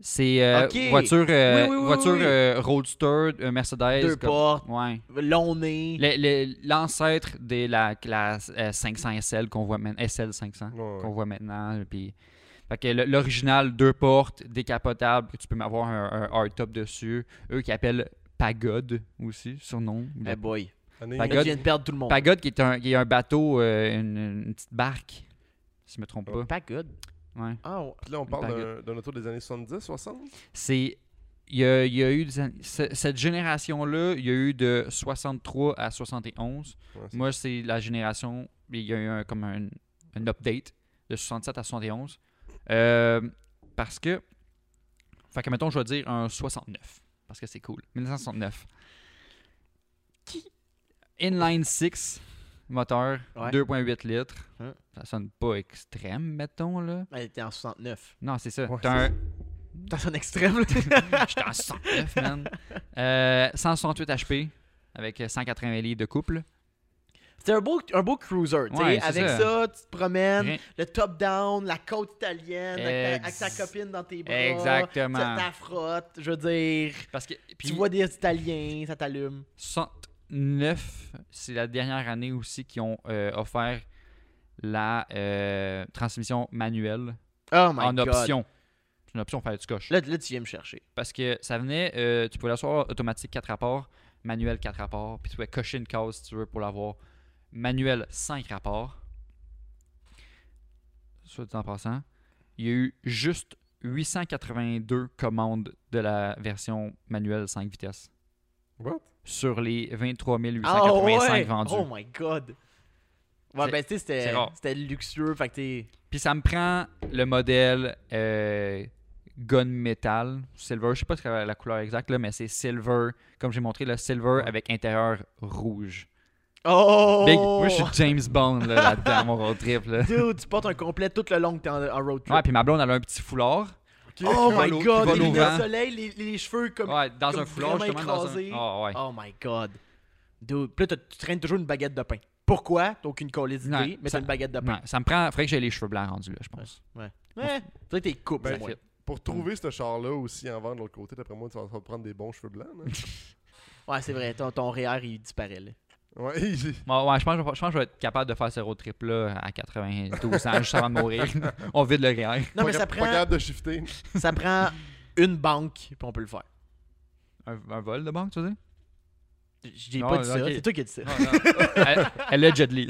C'est euh,
Ok.
voiture, euh,
Oui, oui, oui,
voiture
oui.
euh, Roadster, euh, Mercedes.
Deux
comme-
portes,
Ouais.
long nez.
Le- le- L'ancêtre de la, la, euh, 500 SL qu'on voit maintenant, SL 500
Ouais,
qu'on
ouais.
voit maintenant. Puis, fait que le- l'original, deux portes, décapotable, que tu peux avoir un, un hardtop dessus. Eux qui appellent Pagode aussi, surnom.
Eh boy.
Année-
Là, tu
Pagode.
viens de perdre tout le monde.
Pagode, qui est un, qui est un bateau, euh, une, une petite barque, si je me trompe pas.
Pagode.
Ouais.
Ah, ouais.
Puis là, on parle
Pagode.
d'un- d'un auto des années 70, 60.
C'est. Il y, a, il y a eu des an- ce- cette génération-là, il y a eu de 63 à 71.
Ouais, c'est-
Moi, c'est la génération. Il y a eu un- comme un, un update de 67 à 71. Euh, parce que. Fait que, mettons, je vais dire un 69. Parce que c'est cool. 1969. Qui Inline 6, moteur,
Ouais.
2,8 litres.
Hein?
Ça sonne pas extrême, mettons, là.
Elle était en 69.
Non, c'est ça.
Ouais,
T'as un-
Dans son extrême, là.
J'étais en 109, man. Euh, 168 HP avec euh, 180 livres de couple.
C'était un beau, un beau cruiser. tu sais.
Ouais, c'est
avec ça.
ça.
tu te promènes,
Rien-
le top-down, la côte italienne, avec, ta,
Ex-
avec ta copine dans tes bras.
Exactement.
Tu ta frotte, je veux dire.
Parce que puis,
tu vois des Italiens, ça t'allume.
69, c'est la dernière année aussi qu'ils ont euh, offert la euh, transmission manuelle
Oh my
en
god.
option. C'est une option faire du coche.
Là, là, tu viens me chercher.
Parce que ça venait, euh, tu pouvais l'asseoir automatique 4 rapports, manuel 4 rapports, puis tu pouvais cocher une case si tu veux pour l'avoir. Manuel 5 rapports. Soit dit en passant, il y a eu juste 882 commandes de la version manuelle 5 vitesses
What?
sur les 23
Ah
885
ouais!
vendus.
Oh my god. Ouais,
C'est-
ben, tu sais, c'était-
c'est rare.
c'était luxueux. Fait que t'es.
Puis ça me prend le modèle euh, Gunmetal, Silver. Je sais pas la la couleur exacte, là, mais c'est Silver. Comme j'ai montré, le Silver avec intérieur rouge.
Oh!
Big- Moi, je suis James Bond là, là-dedans, mon road trip. Là.
Dude, tu portes un complet tout le long que t'es en, en road trip.
Ouais, puis ma blonde, elle a un petit foulard.
oh my
Volo-
god, les
volo
lunettes de
vent.
soleil, les, les cheveux comme.
Ouais, dans
comme
un foulard,
vraiment
justement. Dans
écrasé.
un... Ah, ouais.
Oh my god. Dude, puis là, t'as- tu traînes toujours une baguette de pain. Pourquoi? T'as aucune collée d'idée,
Non,
mais
ça-
t'as une baguette de pain.
Ouais, ça me prend. Faudrait que j'ai les cheveux blancs rendus là, je pense.
Ouais, faudrait que t'es coupe,
Ben,
au moins.
Pour trouver ce char-là aussi en vente de l'autre côté, d'après moi, tu vas te prendre des bons cheveux blancs. là.
Ouais, c'est vrai, ton, ton REER, il disparaît, là.
ouais, j'ai-
Ouais, ouais, je, pense, je pense que je vais être capable de faire ce road trip là à 92 ans, juste avant de mourir. On vide le réel.
Non,
pas
mais ça
cap- Pas
prend,
capable de shifter.
ça prend une banque, puis on peut le faire.
Un, un vol de banque, tu veux dire?
J'ai
Non,
pas dit ça,
ok.
c'est toi qui as dit ça.
elle, elle a Jet Li.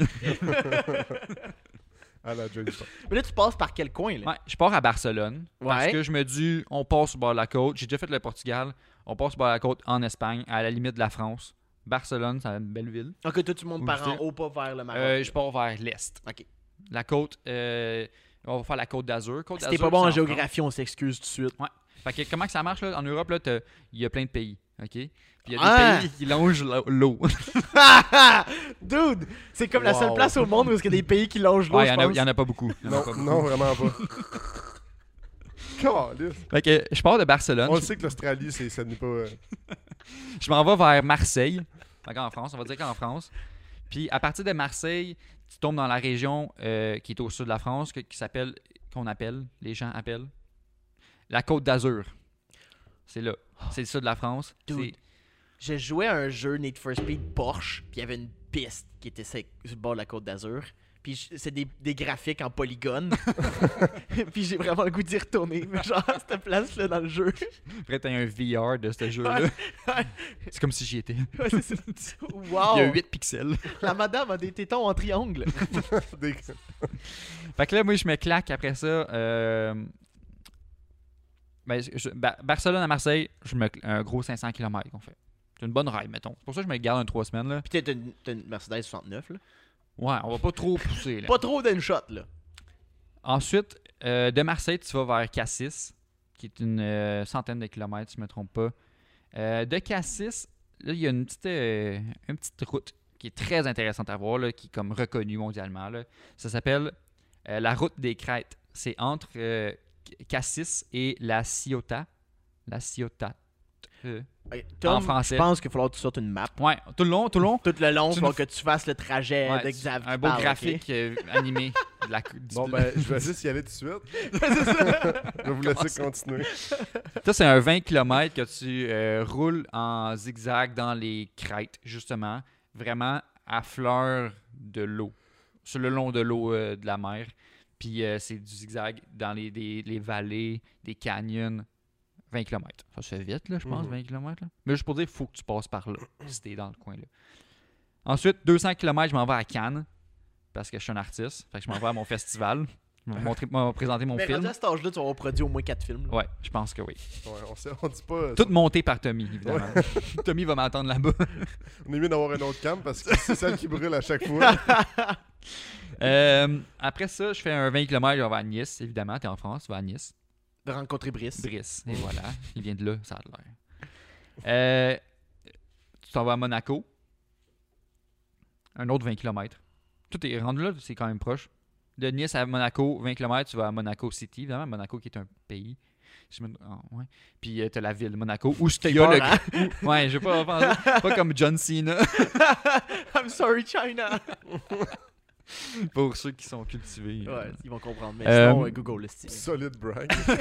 À la James Bond.
Mais là, tu passes par quel coin, là?
Ouais, je pars à Barcelone. Parce
Ouais.
que je me dis, on passe au bord de la côte. J'ai déjà fait le Portugal. On passe au bord de la côte en Espagne, à la limite de la France. Barcelone, c'est une belle ville.
Donc, toi, tu montes
Où
par en
j'étais?
haut, pas vers le Maroc.
Euh, je pars vers l'est.
Ok.
La côte, euh, on va faire la côte d'Azur. Côte
si t'es
d'Azur,
pas bon
c'est
en
France.
géographie, on s'excuse tout de suite.
Fait que comment que ça marche là, en Europe, là, t'as- il y a plein de pays. OK? Puis il y a des
Ah!
pays qui longent l'eau- l'eau.
Dude, c'est comme la seule
Wow.
place au monde où il y a des pays qui longent l'eau,
Ouais,
je
il y en a-
pense.
il y en, a pas beaucoup. Il y en a pas
Non,
beaucoup.
non, vraiment pas. Calisse.
Fait que Ah, je pars de Barcelone.
On le sait que l'Australie, c'est- ça n'est pas. euh,
Je m'en vais vers Marseille. Fait en France, on va dire qu'en France. Puis à partir de Marseille, tu tombes dans la région euh, qui est au sud de la France, que- qui s'appelle, qu'on appelle, les gens appellent, la Côte d'Azur. C'est là. C'est le sud de la France.
Dude.
C'est-
Je jouais à un jeu Need for Speed Porsche, puis il y avait une piste qui était sec- sur le bord de la côte d'Azur. Puis je- c'est des, des graphiques en polygone. puis j'ai vraiment le goût d'y retourner. Mais genre, cette place-là dans le jeu.
Après, t'as un VR de ce jeu-là. C'est comme si j'y étais.
Ouais, c'est ça.
Il y a
wow!
8 pixels.
La madame a des tétons en triangle.
des-
Fait que là, moi, je me claque après ça. euh, ben, je- Ba- Barcelone à Marseille, je me cl- un gros 500 km qu'on fait. C'est une bonne ride, mettons. C'est pour ça que je me garde un 3 semaines. Là.
Puis t'as- t'as une, t'as une Mercedes 69, là.
Ouais, on va pas trop pousser. Là.
Pas trop d'un shot, là.
Ensuite, euh, de Marseille, tu vas vers Cassis, qui est une euh, centaine de kilomètres, si je ne me trompe pas. Euh, de Cassis, là, il y a une petite, euh, une petite route qui est très intéressante à voir, là, qui est comme reconnue mondialement. là. Ça s'appelle euh, la route des Crêtes. C'est entre euh, Cassis et la Ciotat. La Ciotat. Euh,
Ok,
En
Tom, je
français.
pense qu'il va falloir que tu sortes une map.
Ouais, tout le long, tout le long.
Tout le long, il
Tu
va falloir que tu fasses le trajet
Ouais,
Euh, de
tu-
Xavier.
un beau graphique euh, animé. de la cou- du-
Bon, ben, je vais juste y aller tout de suite. Je vais vous laisser continuer.
Ça, c'est un 20 km que tu euh, roules en zigzag dans les crêtes, justement, vraiment à fleur de l'eau, sur le long de l'eau euh, de la mer. Puis euh, c'est du zigzag dans les, des- les vallées, des canyons. 20 km. Ça se fait vite, là, je pense,
Mhm.
20 km. Là. Mais juste pour dire, il faut que tu passes par là, si t'es dans le coin. là. Ensuite, 200 km, je m'en vais à Cannes parce que je suis un artiste. Fait que je m'en vais à mon festival. Je vais montrer- me présenter mon
Mais rendu
film.
à cet âge-là, tu vas avoir produit au moins 4 films. là.
Ouais, je pense que oui.
Ouais, on, sait, on dit pas.
Tout monté par Tommy, évidemment. Tommy va m'attendre là-bas.
On est mieux d'avoir un autre cam parce que c'est celle qui brûle à chaque fois.
Euh, après ça, je fais un 20 km, je vais à Nice, évidemment. T'es en France, tu vas à Nice.
De rencontrer Brice.
Brice, et voilà. Il vient de là, ça a l'air. Euh, tu t'en vas à Monaco. Un autre 20 km. Tout est rendu là, c'est quand même proche. De Nice à Monaco, 20 km, tu vas à Monaco City, évidemment. Monaco qui est un pays. Je me- ah, ouais. Puis euh, t'as la ville de Monaco où il y a
peur,
le- où- Ouais, je vais pas penser- Pas comme John Cena,
I'm sorry, China.
pour ceux qui sont cultivés.
Ouais, ils vont comprendre. Mais
Euh,
sinon, euh, Google le style.
solide, Brian.
Ouais,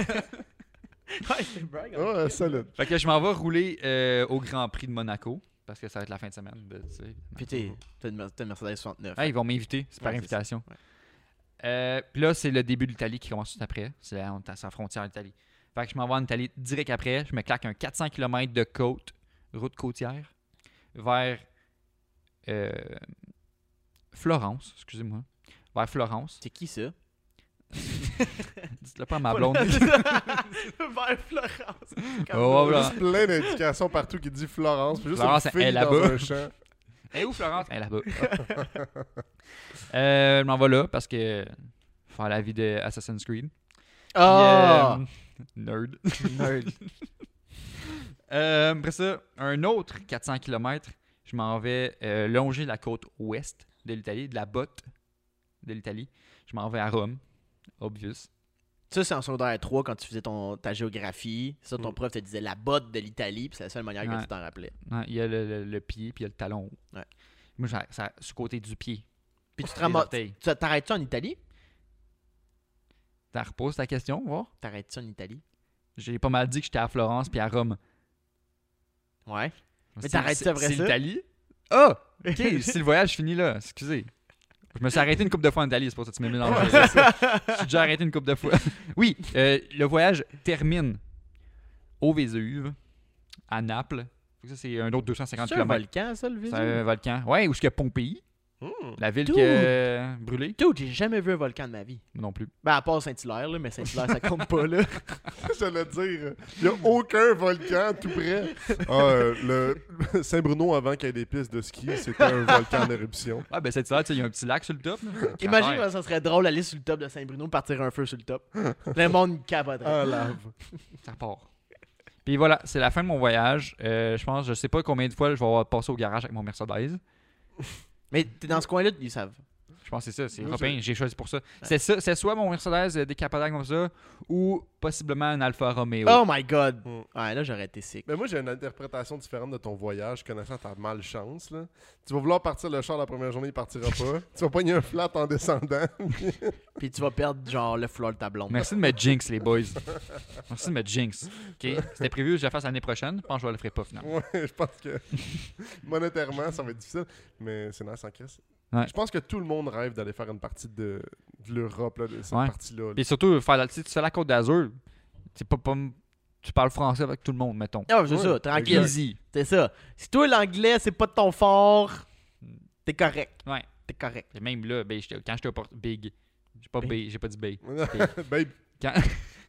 c'est une blague, hein.
Ouais, solide.
Fait que je m'en vais rouler euh, au Grand Prix de Monaco, parce que ça va être la fin de semaine. de- Ben, tu sais.
Puis t'es t'as une, t'as une Mercedes 69.
Ah, ils vont m'inviter, c'est par
Ouais, c'est ça,
invitation.
ouais.
Euh, Puis là, c'est le début de l'Italie qui commence tout après. C'est là, on est à sa frontière l'Italie. Fait que je m'en vais en Italie direct après. Je me claque un 400 km de côte, route côtière, vers euh, Florence, excusez-moi. Vers Florence.
C'est qui ça?
Dites-le pas à ma blonde.
Vers Florence.
Oh, voilà.
Juste plein d'indications partout qui dit Florence. puis juste
Florence,
une fille
elle,
dans
là-bas.
un champ.
Et où Florence? Elle est là-bas. Euh, je m'en vais là parce que euh, faire la vie de Assassin's Creed.
Ah!
Puis, euh, nerd. Euh, après ça, un autre 400 km, je m'en vais euh, longer la côte ouest de l'Italie, de la botte de l'Italie. Je m'en vais à Rome, obvious.
Ça, c'est en secondaire 3 quand tu faisais ton, ta géographie. Ça, ton
Mm.
prof te disait la botte de l'Italie, puis c'est la seule manière que
Ouais.
tu t'en rappelais.
Ouais, il y a le, le- le pied, puis il y a le talon. haut.
Ouais.
Moi, j'ai- ça, ce côté du pied.
Puis tu te
Les
ramasses.
orteils.
tu- T'arrêtes-tu en Italie?
T'en reposes ta question, voir?
T'arrêtes-tu en Italie?
J'ai pas mal dit que j'étais à Florence puis à Rome.
Ouais. Mais
C'est-
t'arrêtes
c'est-
ça après
C'est
ça?
l'Italie? Ah! OK, si le voyage finit là, excusez. Je me suis arrêté une coupe de fois en Italie, c'est pour ça que tu m'as mélangé. Je suis déjà arrêté une coupe de fois. Oui, euh, le voyage termine au Vésuve, à Naples. Faut que Ça, c'est un autre 250
C'est un
km.
volcan, ça, le
C'est
Vésuve?
un volcan. Ouais, où est-ce qu'il y a Pompéi,
Hmm.
la ville
Dude.
qui a brûlé.
Dude, j'ai jamais vu un volcan de ma vie.
Non plus.
Ben, à part Saint-Hilaire, là, mais Saint-Hilaire, ça compte pas, là.
J'allais dire, il n'y a aucun volcan tout près. Ah, euh, le Saint-Bruno, avant qu'il y ait des pistes de ski, c'était un volcan en éruption.
Ah, ben cette hiver, tu sais, il y a un petit lac sur le top. là.
Imagine, comment ça serait drôle d'aller sur le top de Saint-Bruno, partir un feu sur le top. Le monde capoterait.
En lave.
Ça part. Puis voilà, c'est la fin de mon voyage. Euh, je pense, je sais pas combien de fois je vais avoir passé au garage avec mon Mercedes.
Mais t'es dans ce coin-là, ils savent.
Je pense que c'est ça, c'est
Moi,
européen, j'ai choisi pour ça. C'est ça, c'est soit mon Mercedes euh, décapotable comme ça, ou possiblement un Alfa Romeo.
Oh my god!
Mm.
Ouais, là, j'aurais été sick.
Mais Ben, moi, j'ai une interprétation différente de ton voyage, connaissant ta malchance. Là. Tu vas vouloir partir le char la première journée, il partira pas. tu vas pogner un flat en descendant.
Puis tu vas perdre, genre, le fleur de ta blonde.
Merci de me jinx, les boys. Merci de me jinx. Ok, C'était prévu que je la fasse l'année prochaine. Je pense que je le ferai pas finalement.
Ouais, je pense que monétairement, ça va être difficile, mais c'est nice en crise.
Ouais.
Je pense que tout le monde rêve d'aller faire une partie de, de l'Europe, là, de cette
Ouais.
partie-là. là.
Puis surtout, faire la, tu sais, tu fais la Côte d'Azur, c'est pas, pas- tu parles français avec tout le monde, mettons.
Ah, c'est
Ouais,
ça, tranquille.
Easy.
C'est ça. Si toi, l'anglais, c'est pas de ton fort, t'es correct.
Ouais.
T'es correct.
Et même là, ben, j'étais- quand j'étais au Port Big, j'ai pas,
Big.
bay- j'ai pas dit Bay.
Babe,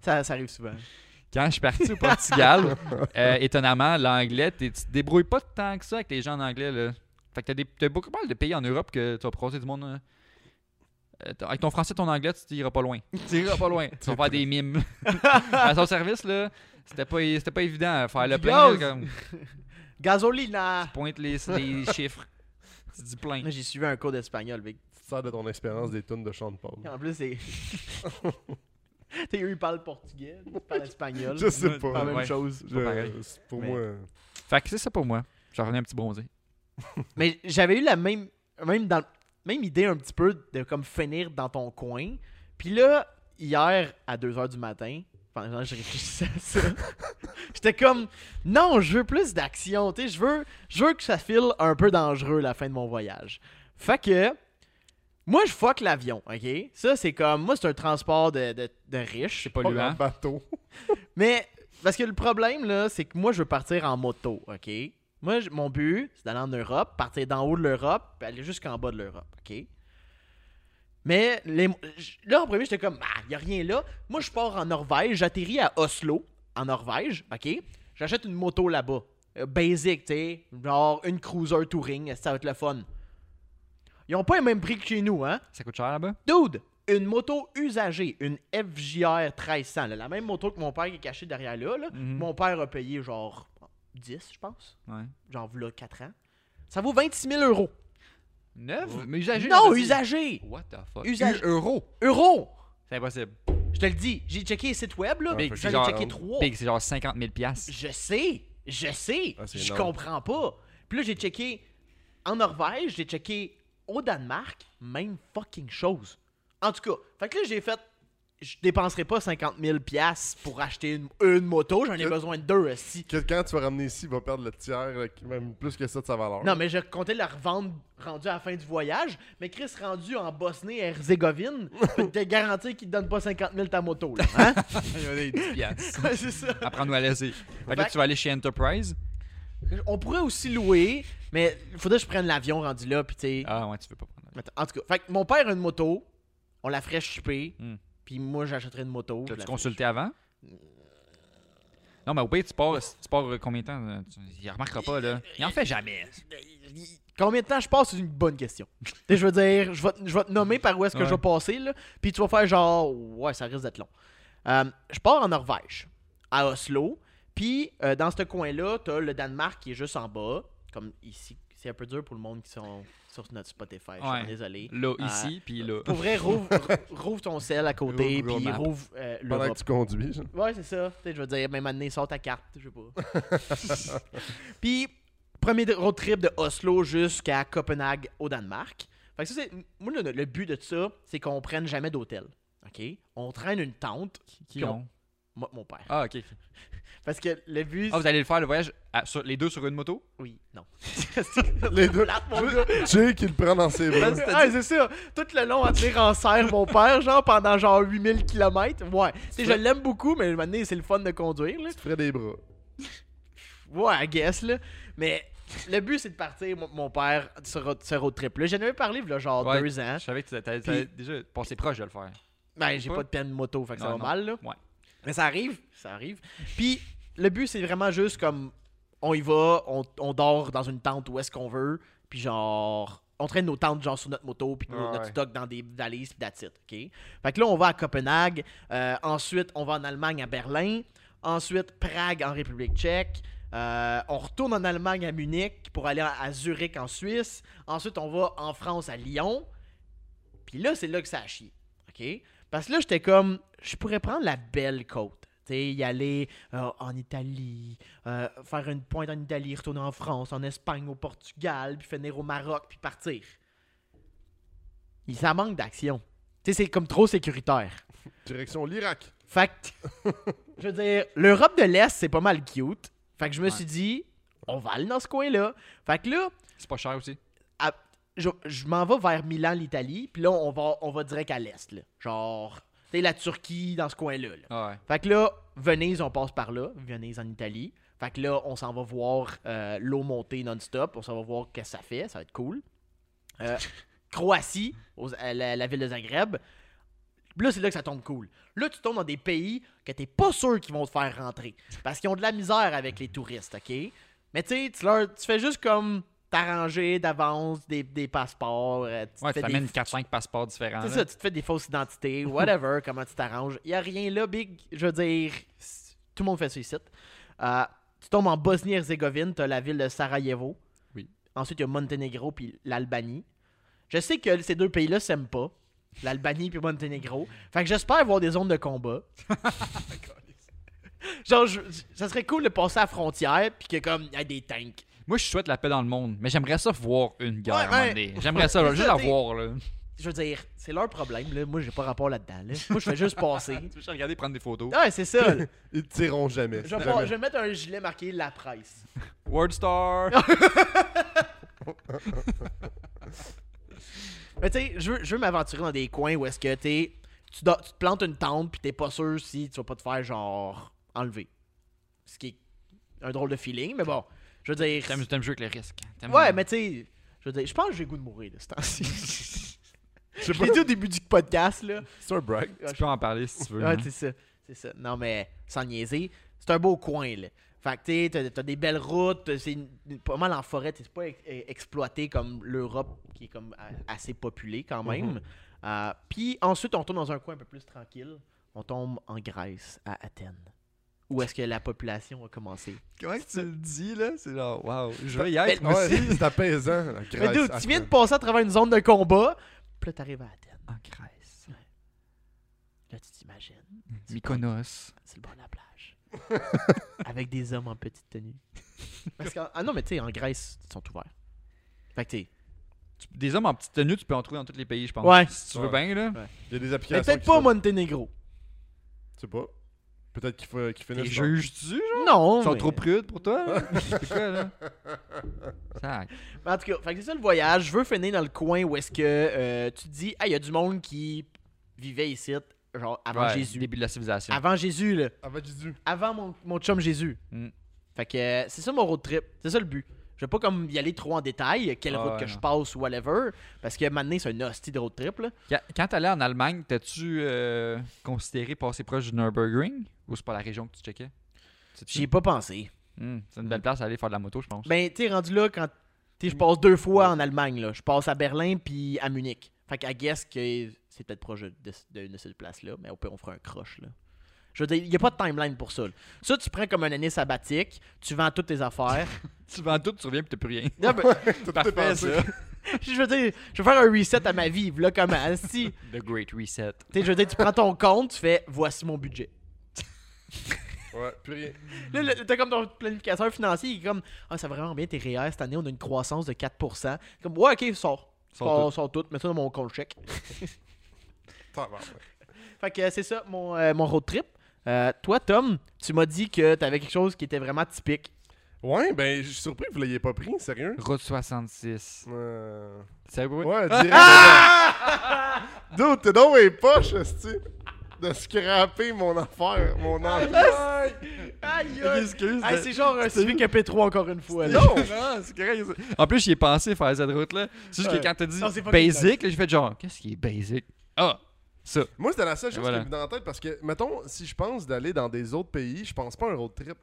Ça, ça arrive souvent.
Quand je suis parti au Portugal, euh, étonnamment, l'anglais, t'es- tu te débrouilles pas tant que ça avec les gens en anglais. Là. Fait que t'as, des, t'as beaucoup mal de pays en Europe que tu vas croiser du monde. euh, euh, t'as- avec ton français, ton anglais, tu t'iras pas loin. Tu iras pas loin. Tu vas faire des mimes. à son service, là, c'était pas, é- c'était pas évident à faire le plein. là,
Gaz!
comme,
Gasolina!
pointe les, les chiffres. Tu dis plein.
Moi, j'ai suivi un cours d'espagnol, big.
tu te sers de ton expérience des tunes de Sean Paul.
En plus, c'est. T'es eux, ils parlent portugais, ils parlent espagnol.
Je sais pas.
Pas la même
Ouais.
chose.
Je-
pas pareil.
c'est pour
Mais-
moi.
Fait que c'est ça pour moi. J'en reviens un petit bronzé.
Mais j'avais eu la même, même, dans, même idée un petit peu de comme finir dans ton coin. Puis là, hier, à 2h du matin, pendant que je réfléchissais à ça, j'étais comme, non, je veux plus d'action. Tu sais, je veux, je veux que ça file un peu dangereux la fin de mon voyage. Fait que, moi, je fuck l'avion, OK? Ça, c'est comme, moi, c'est un transport de, de, de riches.
C'est pas
Pas un
luant.
bateau.
Mais parce que le problème là, c'est que moi je veux partir en moto, OK Moi, j- mon but, c'est d'aller en Europe, partir d'en haut de l'Europe, puis aller jusqu'en bas de l'Europe, OK? Mais les- j- là, en premier, j'étais comme, ah, il a rien là. Moi, je pars en Norvège, j'atterris à Oslo, en Norvège, OK? J'achète une moto là-bas. Euh, basic, tu sais. Genre une Cruiser Touring, ça va être le fun. Ils ont pas le même prix que chez nous, hein?
Ça coûte cher là-bas?
Dude, une moto usagée, une FJR 1300, là, la même moto que mon père qui est caché derrière là, là,
Mhm.
mon père a payé genre 10, je pense,
Ouais.
genre là 4 ans. Ça vaut 26 000 euros.
Neuf? Mais usagé?
non,
j'avais dit.
usagé!
What the fuck?
Usagé.
Euro!
Euro!
C'est impossible.
Je te le dis, j'ai checké les sites web là,
Ouais, fait que
j'en
c'est genre-
ai checké 3.
Big, c'est genre 50 000 piastres.
Je sais, je sais,
Ah, c'est
je
énorme.
comprends pas. Puis là, j'ai checké en Norvège, j'ai checké au Danemark, même fucking chose. En tout cas, fait que là, j'ai fait, je dépenserai pas 50 000 piastres pour acheter une, une moto, j'en ai
Euh.
besoin de deux aussi.
Que quand tu vas ramener ici, il va perdre le tiers, euh, qui- même plus que ça de sa valeur.
Non, mais je comptais la revendre rendue à la fin du voyage, mais Chris rendu en Bosnie-Herzégovine, je peux te garantir qu'il te donne pas 50 000 ta moto, là. Hein?
Il y en a des 10 piastres.
Ouais, C'est ça.
Apprends-nous à laisser. Fait que là,
Fait-
tu vas aller chez Enterprise.
On pourrait aussi louer, mais il faudrait que je prenne l'avion rendu là, puis tu sais,
Ah ouais, tu veux pas prendre.
Attends, En tout cas, fait que mon père a une moto, on la ferait chipper,
Hmm.
puis moi j'achèterais une moto. je
T'as-tu
la
consulté avant? Non, mais au pire, tu pars, tu pars euh, combien de temps? euh, tu- Il remarquera pas, là. Il en fait jamais.
ferais chipper. Combien de temps je passe, c'est une bonne question. Tu sais, je veux dire, je vais, te- je vais te nommer par où est-ce que
Ouais.
je vais passer, là, puis tu vas faire genre, ouais, ça risque d'être long. Euh, je pars en Norvège, à Oslo, puis euh, dans ce coin-là, t'as le Danemark qui est juste en bas, comme ici. C'est un peu dur pour le monde qui sont sur notre Spotify, je suis
Ouais.
désolé.
Là,
Euh,
ici, puis là.
Pour vrai, rouvre, rouvre ton sel à côté,
Rouvre
puis
Map.
rouvre euh,
Pendant
l'Europe.
que tu conduis, genre.
Ouais, c'est ça. Tu sais, je veux dire, même année, sort ta carte, je sais pas. Puis, premier road trip de Oslo jusqu'à Copenhague au Danemark. Fait que ça, c'est. Moi, le, le but de ça, c'est qu'on prenne jamais d'hôtel. OK? On traîne une tente.
Qui ont?
Moi, mon père.
Ah, ok.
Parce que le but.
Ah, vous allez le faire, le voyage, à- sur- les deux sur une moto?
Oui, non.
Ah,
Les deux.
Plate, mon gars.
Jake, il le prend dans ses bras.
Ah, c'est ça. Tout le long à tenir en serre mon père, genre pendant genre 8000 km. Ouais. Tu sais, je l'aime beaucoup, mais maintenant, c'est le fun de conduire. Là.
Tu te ferais des bras.
Ouais, I guess, là. Mais le but, c'est de partir, mon, mon père, sur ro- ce road trip-là. J'en avais parlé, là, genre
Ouais.
deux ans.
Je savais que tu t'avais-
Hein? Puis-
t'avais déjà passé proche de le faire.
Ben, j'ai
Ouais.
pas de peine de moto, fait que ça va
Non, non.
mal, là.
Ouais.
Mais ça arrive, ça arrive. Puis, le but, c'est vraiment juste comme, on y va, on, on dort dans une tente où est-ce qu'on veut, puis genre, on traîne nos tentes, genre, sur notre moto, puis nos-
Ouais.
notre stock dans des valises, puis that's it, OK? Fait que là, on va à Copenhague, euh, ensuite, on va en Allemagne, à Berlin, ensuite, Prague, en République tchèque, euh, on retourne en Allemagne à Munich pour aller à, à Zurich en Suisse. Ensuite, on va en France à Lyon. Puis là, c'est là que ça a chié. OK? Parce que là, j'étais comme, je pourrais prendre la belle côte. Tu sais, y aller euh, en Italie, euh, faire une pointe en Italie, retourner en France, en Espagne, au Portugal, puis finir au Maroc, puis partir. Il- Ça manque d'action. Tu sais, c'est comme trop sécuritaire.
Direction l'Irak.
Fait que, je veux dire, l'Europe de l'Est, c'est pas mal cute. Fait que je me
Ouais.
suis dit, on va aller dans ce coin-là. Fait que là,
C'est pas cher aussi.
à- je, je m'en vais vers Milan, l'Italie, puis là, on va, on va direct à l'Est, là. Genre, tu sais, la Turquie, dans ce coin-là, là.
Ah ouais.
Fait que là, Venise, on passe par là, Venise en Italie. Fait que là, on s'en va voir euh, l'eau monter non-stop, on s'en va voir qu'est-ce que ça fait, ça va être cool. Euh, Croatie, aux- à la, la ville de Zagreb. Là, c'est là que ça tombe cool. Là, tu tombes dans des pays que t'es pas sûr qu'ils vont te faire rentrer. Parce qu'ils ont de la misère avec les touristes, OK? Mais tu sais, tu leur- tu fais juste comme t'arranger d'avance des, des passeports. euh, tu te
Ouais,
fais
tu
des
t'amènes 4-5 passeports différents.
c'est
là.
ça, tu te fais des fausses identités, whatever, comment tu t'arranges. Il a rien là, big. Je veux dire, c'est- tout le monde fait ça ici. Euh, tu tombes en Bosnie-Herzégovine, tu as la ville de Sarajevo.
Oui.
Ensuite, il y a Monténégro puis l'Albanie. Je sais que ces deux pays-là s'aiment pas. L'Albanie puis Monténégro. Fait que j'espère avoir des zones de combat. Genre, je- je- ça serait cool de passer à la frontière puis que comme il y a des tanks.
Moi, je souhaite la paix dans le monde, mais j'aimerais ça voir une guerre
Ouais,
à un moment
ouais.
donné. J'aimerais ça, là,
C'est
juste
ça,
la
t'es-
voir. Là.
Je veux dire, c'est leur problème. Là. Moi, j'ai pas rapport là-dedans. là. Moi, je fais juste passer.
Tu veux juste regarder prendre des photos.
Ouais, c'est ça. là.
Ils te tireront jamais.
Je vais,
Jamais.
pas- je vais mettre un gilet marqué la presse.
WordStar!
Mais tu sais, je veux, je veux m'aventurer dans des coins où est-ce que t'es, tu, dors- tu te plantes une tente puis t'es pas sûr si tu vas pas te faire genre enlever. Ce qui est un drôle de feeling, mais bon, je veux dire.
T'aimes t'aimes jouer avec le risque. T'aimes-
Ouais, mais tu sais, je veux dire, je pense que j'ai le goût de mourir de ce temps-ci.
Je sais
je
pas,
l'ai dit au début du podcast, là.
c'est un brag.
Tu peux en parler si tu veux.
Ouais,
hein.
Ah, c'est ça. C'est ça. Non, mais sans niaiser, c'est un beau coin, là. Fait que, tu sais, t'as- t'as des belles routes, t'as- c'est une- une- pas mal en forêt, t'sais, c'est pas ex- euh, exploité comme l'Europe, qui est comme a- assez populée quand même. Euh, Puis ensuite, on tombe dans un coin un peu plus tranquille. On tombe en Grèce, à Athènes. Où est-ce que la population a commencé?
Comment que tu le dis, là? C'est genre, waouh, je vais y être
Mais-
aussi.
Ouais, c'est apaisant, la
Mais
Grèce.
dude, tu
attends.
viens de passer à travers une zone de combat, puis là, t'arrives à Athènes.
En Grèce.
Là, tu t'imagines,
Mm-hmm. Mykonos.
c'est le bord de la plage. Avec des hommes en petite tenue. Parce qu'en- ah non, mais tu sais, en Grèce, ils sont ouverts. Fait que tu sais,
Tu- Des hommes en petite tenue, tu peux en trouver dans tous les pays, je pense.
Ouais.
Si tu veux bien,
Ouais.
là.
Il y a des
mais
applications.
peut-être
qui
pas au
sont-
Monténégro.
Je sais pas. Peut-être qu'il faut qu'il
Les
finisse. dans-
juges-tu? genre?
Non,
Ils sont
mais-
trop prudes pour toi? là? C'est quoi, là? Sac.
Mais En tout cas, fait que c'est ça le voyage. Je veux finir dans le coin où est-ce que euh, tu te dis, ah, il y a du monde qui vivait ici, genre avant
Ouais,
Jésus.
Début de la civilisation.
Avant Jésus, là.
Avant Jésus.
avant mon, mon chum Jésus.
Mm.
Fait que euh, c'est ça mon road trip. C'est ça le but. Je vais pas comme y aller trop en détail, quelle
Ah
route
ouais,
que
non.
je passe ou whatever, parce que maintenant c'est un hostie de road trip. Là.
Quand- Quand t'allais en Allemagne, t'as-tu euh, considéré passer proche du Nürburgring? Ou c'est pas la région que tu checkais?
J'y ai pas pensé.
Hmm, c'est une belle place à aller faire de la moto, je pense.
Ben, t'es rendu là quand. T'sais, je passe deux fois en Allemagne, là. Je passe à Berlin puis à Munich. Fait qu'à guess que c'est peut-être proche de, de- de cette place-là, mais au pire, on fera un croche, là. Je veux dire, il n'y a pas de timeline pour ça. là. Ça, tu prends comme une année sabbatique, tu vends toutes tes affaires.
tu vends tout, tu reviens puis t'as plus rien.
Non, mais-
Tout
Parfait, ça.
je veux dire, je vais faire un reset à ma vie, là, comment? Si.
The Great Reset.
Tu sais, je veux dire, tu prends ton compte, tu fais voici mon budget.
Ouais, plus rien.
Là, le- t'as comme ton planificateur financier qui est comme Ah, ça va vraiment bien tes REER cette année, on a une croissance de 4%. Comme ouais, ok, sors.
Sors
Sors, sors tout, mets ça dans mon compte chèque.
Tabarnak.
Fait que euh, c'est ça mon, euh, mon road trip. Euh, toi, Tom, tu m'as dit que t'avais quelque chose qui était vraiment typique.
Ouais, ben, je suis surpris que vous l'ayez pas pris, sérieux.
Route 66.
Euh...
C'est vrai?
Ouais, direct.
Ah!
Dude, t'es donc mes poches, esti, de scraper mon affaire, mon
Ah,
affaire.
Aïe,
Excuse.
C'est genre un Civic EP3 encore une fois. là.
Non! c'est correct. ça. En plus, j'y ai pensé faire cette route-là. C'est juste
Ouais.
que quand t'as dit
Non, c'est fucking
basic, là, j'ai fait genre, qu'est-ce qui est basic? Ah! Ça.
Moi, c'était la seule chose
Voilà.
qui me venait en tête parce que, mettons, si je pense d'aller dans des autres pays, je pense pas à un road trip.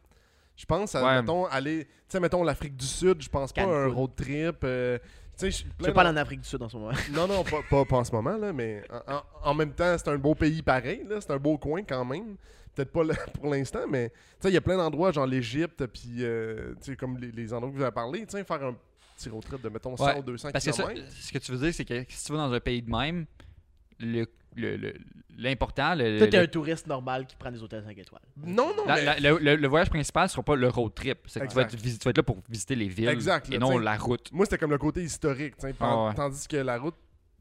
Je pense à,
Ouais.
mettons, aller, tu sais, mettons, l'Afrique du Sud, je pense pas à un
Cancun.
road trip. euh, tu sais, je suis
Je
plein
parle en Afrique du Sud en ce moment.
Non, non, pas, pas, pas en ce moment, là, mais en, en- en même temps, c'est un beau pays pareil, là, c'est un beau coin quand même. Peut-être pas le- pour l'instant, mais tu sais, il y a plein d'endroits, genre l'Égypte, puis euh, tu sais, comme les, les endroits que vous avez parlé, tu sais, faire un petit road trip de, mettons, 100
Ouais,
ou 200
Parce que ça,
km.
ce que tu veux dire, c'est que si tu vas dans un pays de même, le- le- le- l'important, le,
Toi,
le-
t'es un touriste normal qui prend des hôtels 5 étoiles.
Non, non,
la-
mais-
la- le, le- le voyage principal ne sera pas le road trip. C'est que tu vas, être,
Exact.
visi- tu vas être là pour visiter les villes
Exact, là,
et non
t'sais.
la route.
moi, c'était comme le côté historique, tu sais, pan-
Ah ouais.
tandis que la route,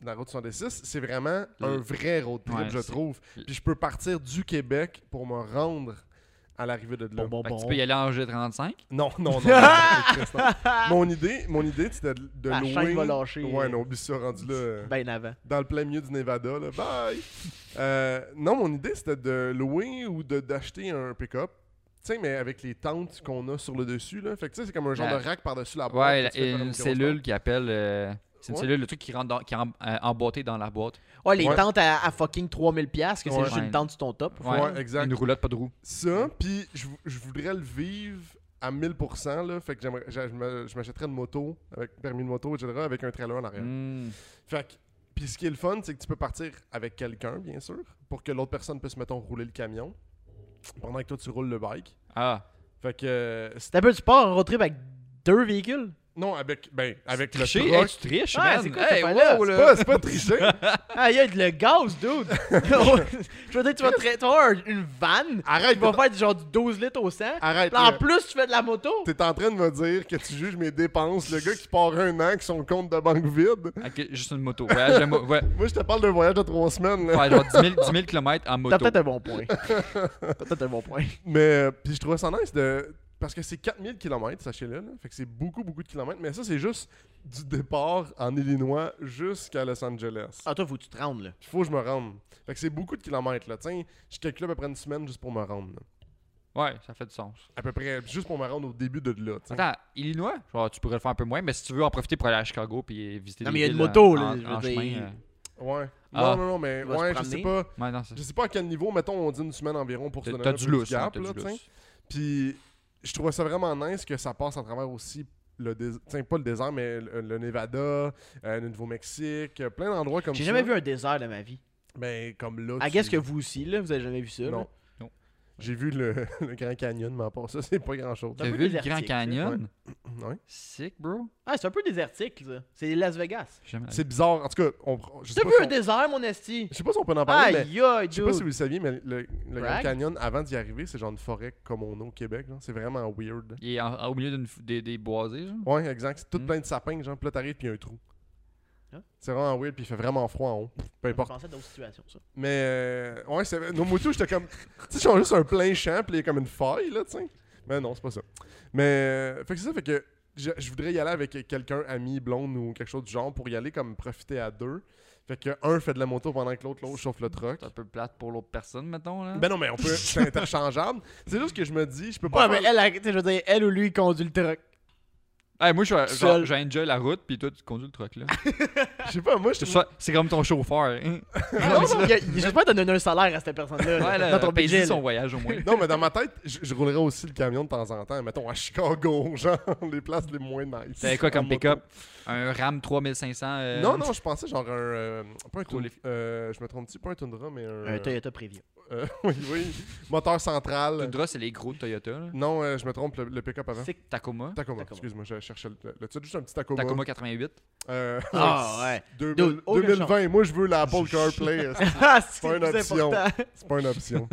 la route 66, c'est vraiment un
Le-
vrai road trip,
Ouais,
je
c'est-
trouve. Puis je peux partir du Québec pour me rendre à l'arrivée de là.
Bon, bon,
Fait que
bon.
tu peux y aller en G35.
Non, non, non. non, non, Christ, non. mon idée, mon idée, c'était de, de
La
louer.
chaîne va lâcher.
Ouais, non, oublie ça, rendu là, euh,
Ben avant.
dans le plein milieu du Nevada, là, bye. Euh, non, mon idée, c'était de louer ou de- d'acheter un pick-up. Tu sais, mais avec les tentes qu'on a sur le dessus, là. Fait que tu sais, c'est comme un genre
Ouais.
de rack par-dessus la boîte.
Ouais,
Ah, que
la-
tu fais
et
faire
une
grosse
cellule qui appelle. euh, c'est une
Ouais.
cellule, le truc qui rentre dans- qui est en- euh, emboîté dans la boîte.
Ouais, les
Ouais.
tentes à, à fucking 3000$, piastres, que c'est
Ouais.
juste une tente sur ton top.
tente. Ouais, exact.
Une roulotte, pas de roue.
Ça, puis je, vou- je voudrais le vivre à 1000%, là. Fait que j'aimerais- j'a- je me- je m'achèterais une moto, avec permis de moto, etc., avec un trailer en arrière.
Mm.
Hmm.
Fait que, puis ce qui est le fun, c'est que tu peux partir avec quelqu'un, bien sûr, pour que l'autre personne puisse, mettons, rouler le camion pendant que toi tu roules le bike.
Ah,
Fait que, euh, c'est-
T'as peu, tu pars en road trip avec deux véhicules?
non, avec, ben, avec
tu
le
triches,
hein,
truck.
hey, tu triches,
Ouais,
man.
c'est quoi cette
Hey,
affaire-là?
wow,
C'est
là.
pas, c'est pas tricher.
Ah, il y a de le gaz, dude! je veux dire, tu vas, tra- tu vas avoir un- une vanne qui
Arrête,
va
t'es-
faire du genre du 12 litres au 100.
arrête.
Puis en
là.
plus, tu fais de la moto.
T'es en train de me dire que tu juges mes dépenses, le gars qui part un an, qui son compte de banque vide.
Ok, juste une moto. Voyage de mo- ouais,
Moi, je te parle d'un voyage de trois semaines. Là.
faire genre 10 000, 10 000 km en
T'as
moto.
peut-être un bon point. T'as peut-être un bon point.
Mais euh, puis je trouvais ça nice de parce que c'est 4000 km, sachez-le. là. Fait que c'est beaucoup beaucoup de kilomètres, mais ça c'est juste du départ en Illinois jusqu'à Los Angeles.
Ah, toi, faut que tu te rendes, là.
Il faut que je me rende. Fait que c'est beaucoup de kilomètres là, tiens, je calcule à peu près une semaine juste pour me rendre. là.
Ouais, ça fait du sens.
À peu près, juste pour me rendre au début de là. t'sais.
Attends, Illinois, genre, tu pourrais le faire un peu moins, mais si tu veux en profiter pour aller à Chicago puis visiter
Non,
des
mais il y a une
villes en-
moto, là,
en-
je veux
en
dire.
chemin, euh.
Ouais.
Ah.
Non, non, non, mais
Il va se
ouais, je
promener.
sais pas.
Ouais, non, c'est
Je sais pas à quel niveau, mettons, on dit une semaine environ pour
T'as
se donner
t'as
un
du
peu de
lousse. hein,
gap,
T'as
là,
du
t'sais.
lousse.
Puis je trouvais ça vraiment nice que ça passe à travers aussi le dés- t'sais, pas le désert, mais le, le Nevada, euh, le Nouveau-Mexique, euh, plein d'endroits comme ça.
J'ai jamais vu un désert de ma vie.
Ben, comme là.
I
tu-
guess que vous hein. aussi, là, vous avez jamais vu ça. là.
Non.
Non.
J'ai vu le, le Grand Canyon, mais à part ça, c'est pas grand-chose.
un
T'as
peu
vu le Grand
désertique, ça.
Canyon?
Ouais.
Sick, bro.
Ah, c'est un peu désertique, ça. C'est Las Vegas.
Jamais-
C'est bizarre. En tout cas, on, je, sais
T'as
pas
vu
si
un
on,
désert, mon esti?
je sais pas si on peut en parler, mais
Aïe, aïe,
je sais pas si
dude.
vous le saviez, mais le, le Grand
Brag.
Canyon, avant d'y arriver, c'est genre une forêt comme on a au Québec. là. C'est vraiment weird.
Il est en- au milieu d'une f- des, des boisées, genre.
Ouais, exact. C'est tout
Mm.
plein de sapins, genre, puis là, t'arrives, puis il y a un trou.
Hein?
C'est vraiment weird, puis il fait vraiment froid en haut. Peu
Je
importe.
pensais à d'autres situations, ça.
Mais euh, ouais, c'est nos motos, j'étais comme tu sais, ils ont juste un plein champ, puis il y a comme une faille là, tu sais. Mais non, c'est pas ça. Mais euh, fait que c'est ça fait que je, je voudrais y aller avec quelqu'un ami blonde ou quelque chose du genre pour y aller comme profiter à deux. Fait que un fait de la moto pendant que l'autre l'autre chauffe le truck.
C'est un peu plate pour l'autre personne, mettons, là.
Ben non, mais on peut c'est interchangeable. C'est juste que je me dis, je peux pas
Ouais, mais
faire-
elle, elle, tu sais, je veux dire, elle ou lui, il conduit le truck.
Hey, moi, je suis-
Seul.
genre, j'ai enjoy la route, puis toi, tu conduis le truck, là.
je sais pas moi je
C'est ça, c'est comme ton chauffeur. hein.
Ah
Non, non, il y a- il- J'espère que t'as donné un salaire à cette personne-là.
Ouais,
là,
là,
dans ton
payer
budget.
son
là.
voyage, au moins.
Non, mais dans ma tête, je, je roulerais aussi le camion de temps en temps, mettons à Chicago, genre les places les moins nice.
T'avais quoi
En
comme
moto.
pick-up? Un RAM 3500. euh,
Non, non, je pensais genre un. euh, pas un
Trop
Tundra,
les-
euh, je me trompe-tu, pas un Tundra, mais un.
Un Toyota Previa.
euh, oui, oui. Moteur central.
Tundra, c'est les gros de Toyota, là.
Non, euh, je me trompe, le, le pick-up avant.
C'est-
Tacoma.
Tacoma.
Tacoma, excuse-moi, je cherchais le, le titre, juste un petit Tacoma.
Tacoma 88.
Euh,
Ah, ouais.
2000
Dude, aucune
2020, moi je veux l'Apple CarPlay, euh, c'est-
Ah, c'est
pas
le
une
plus
option.
important.
c'est pas une option.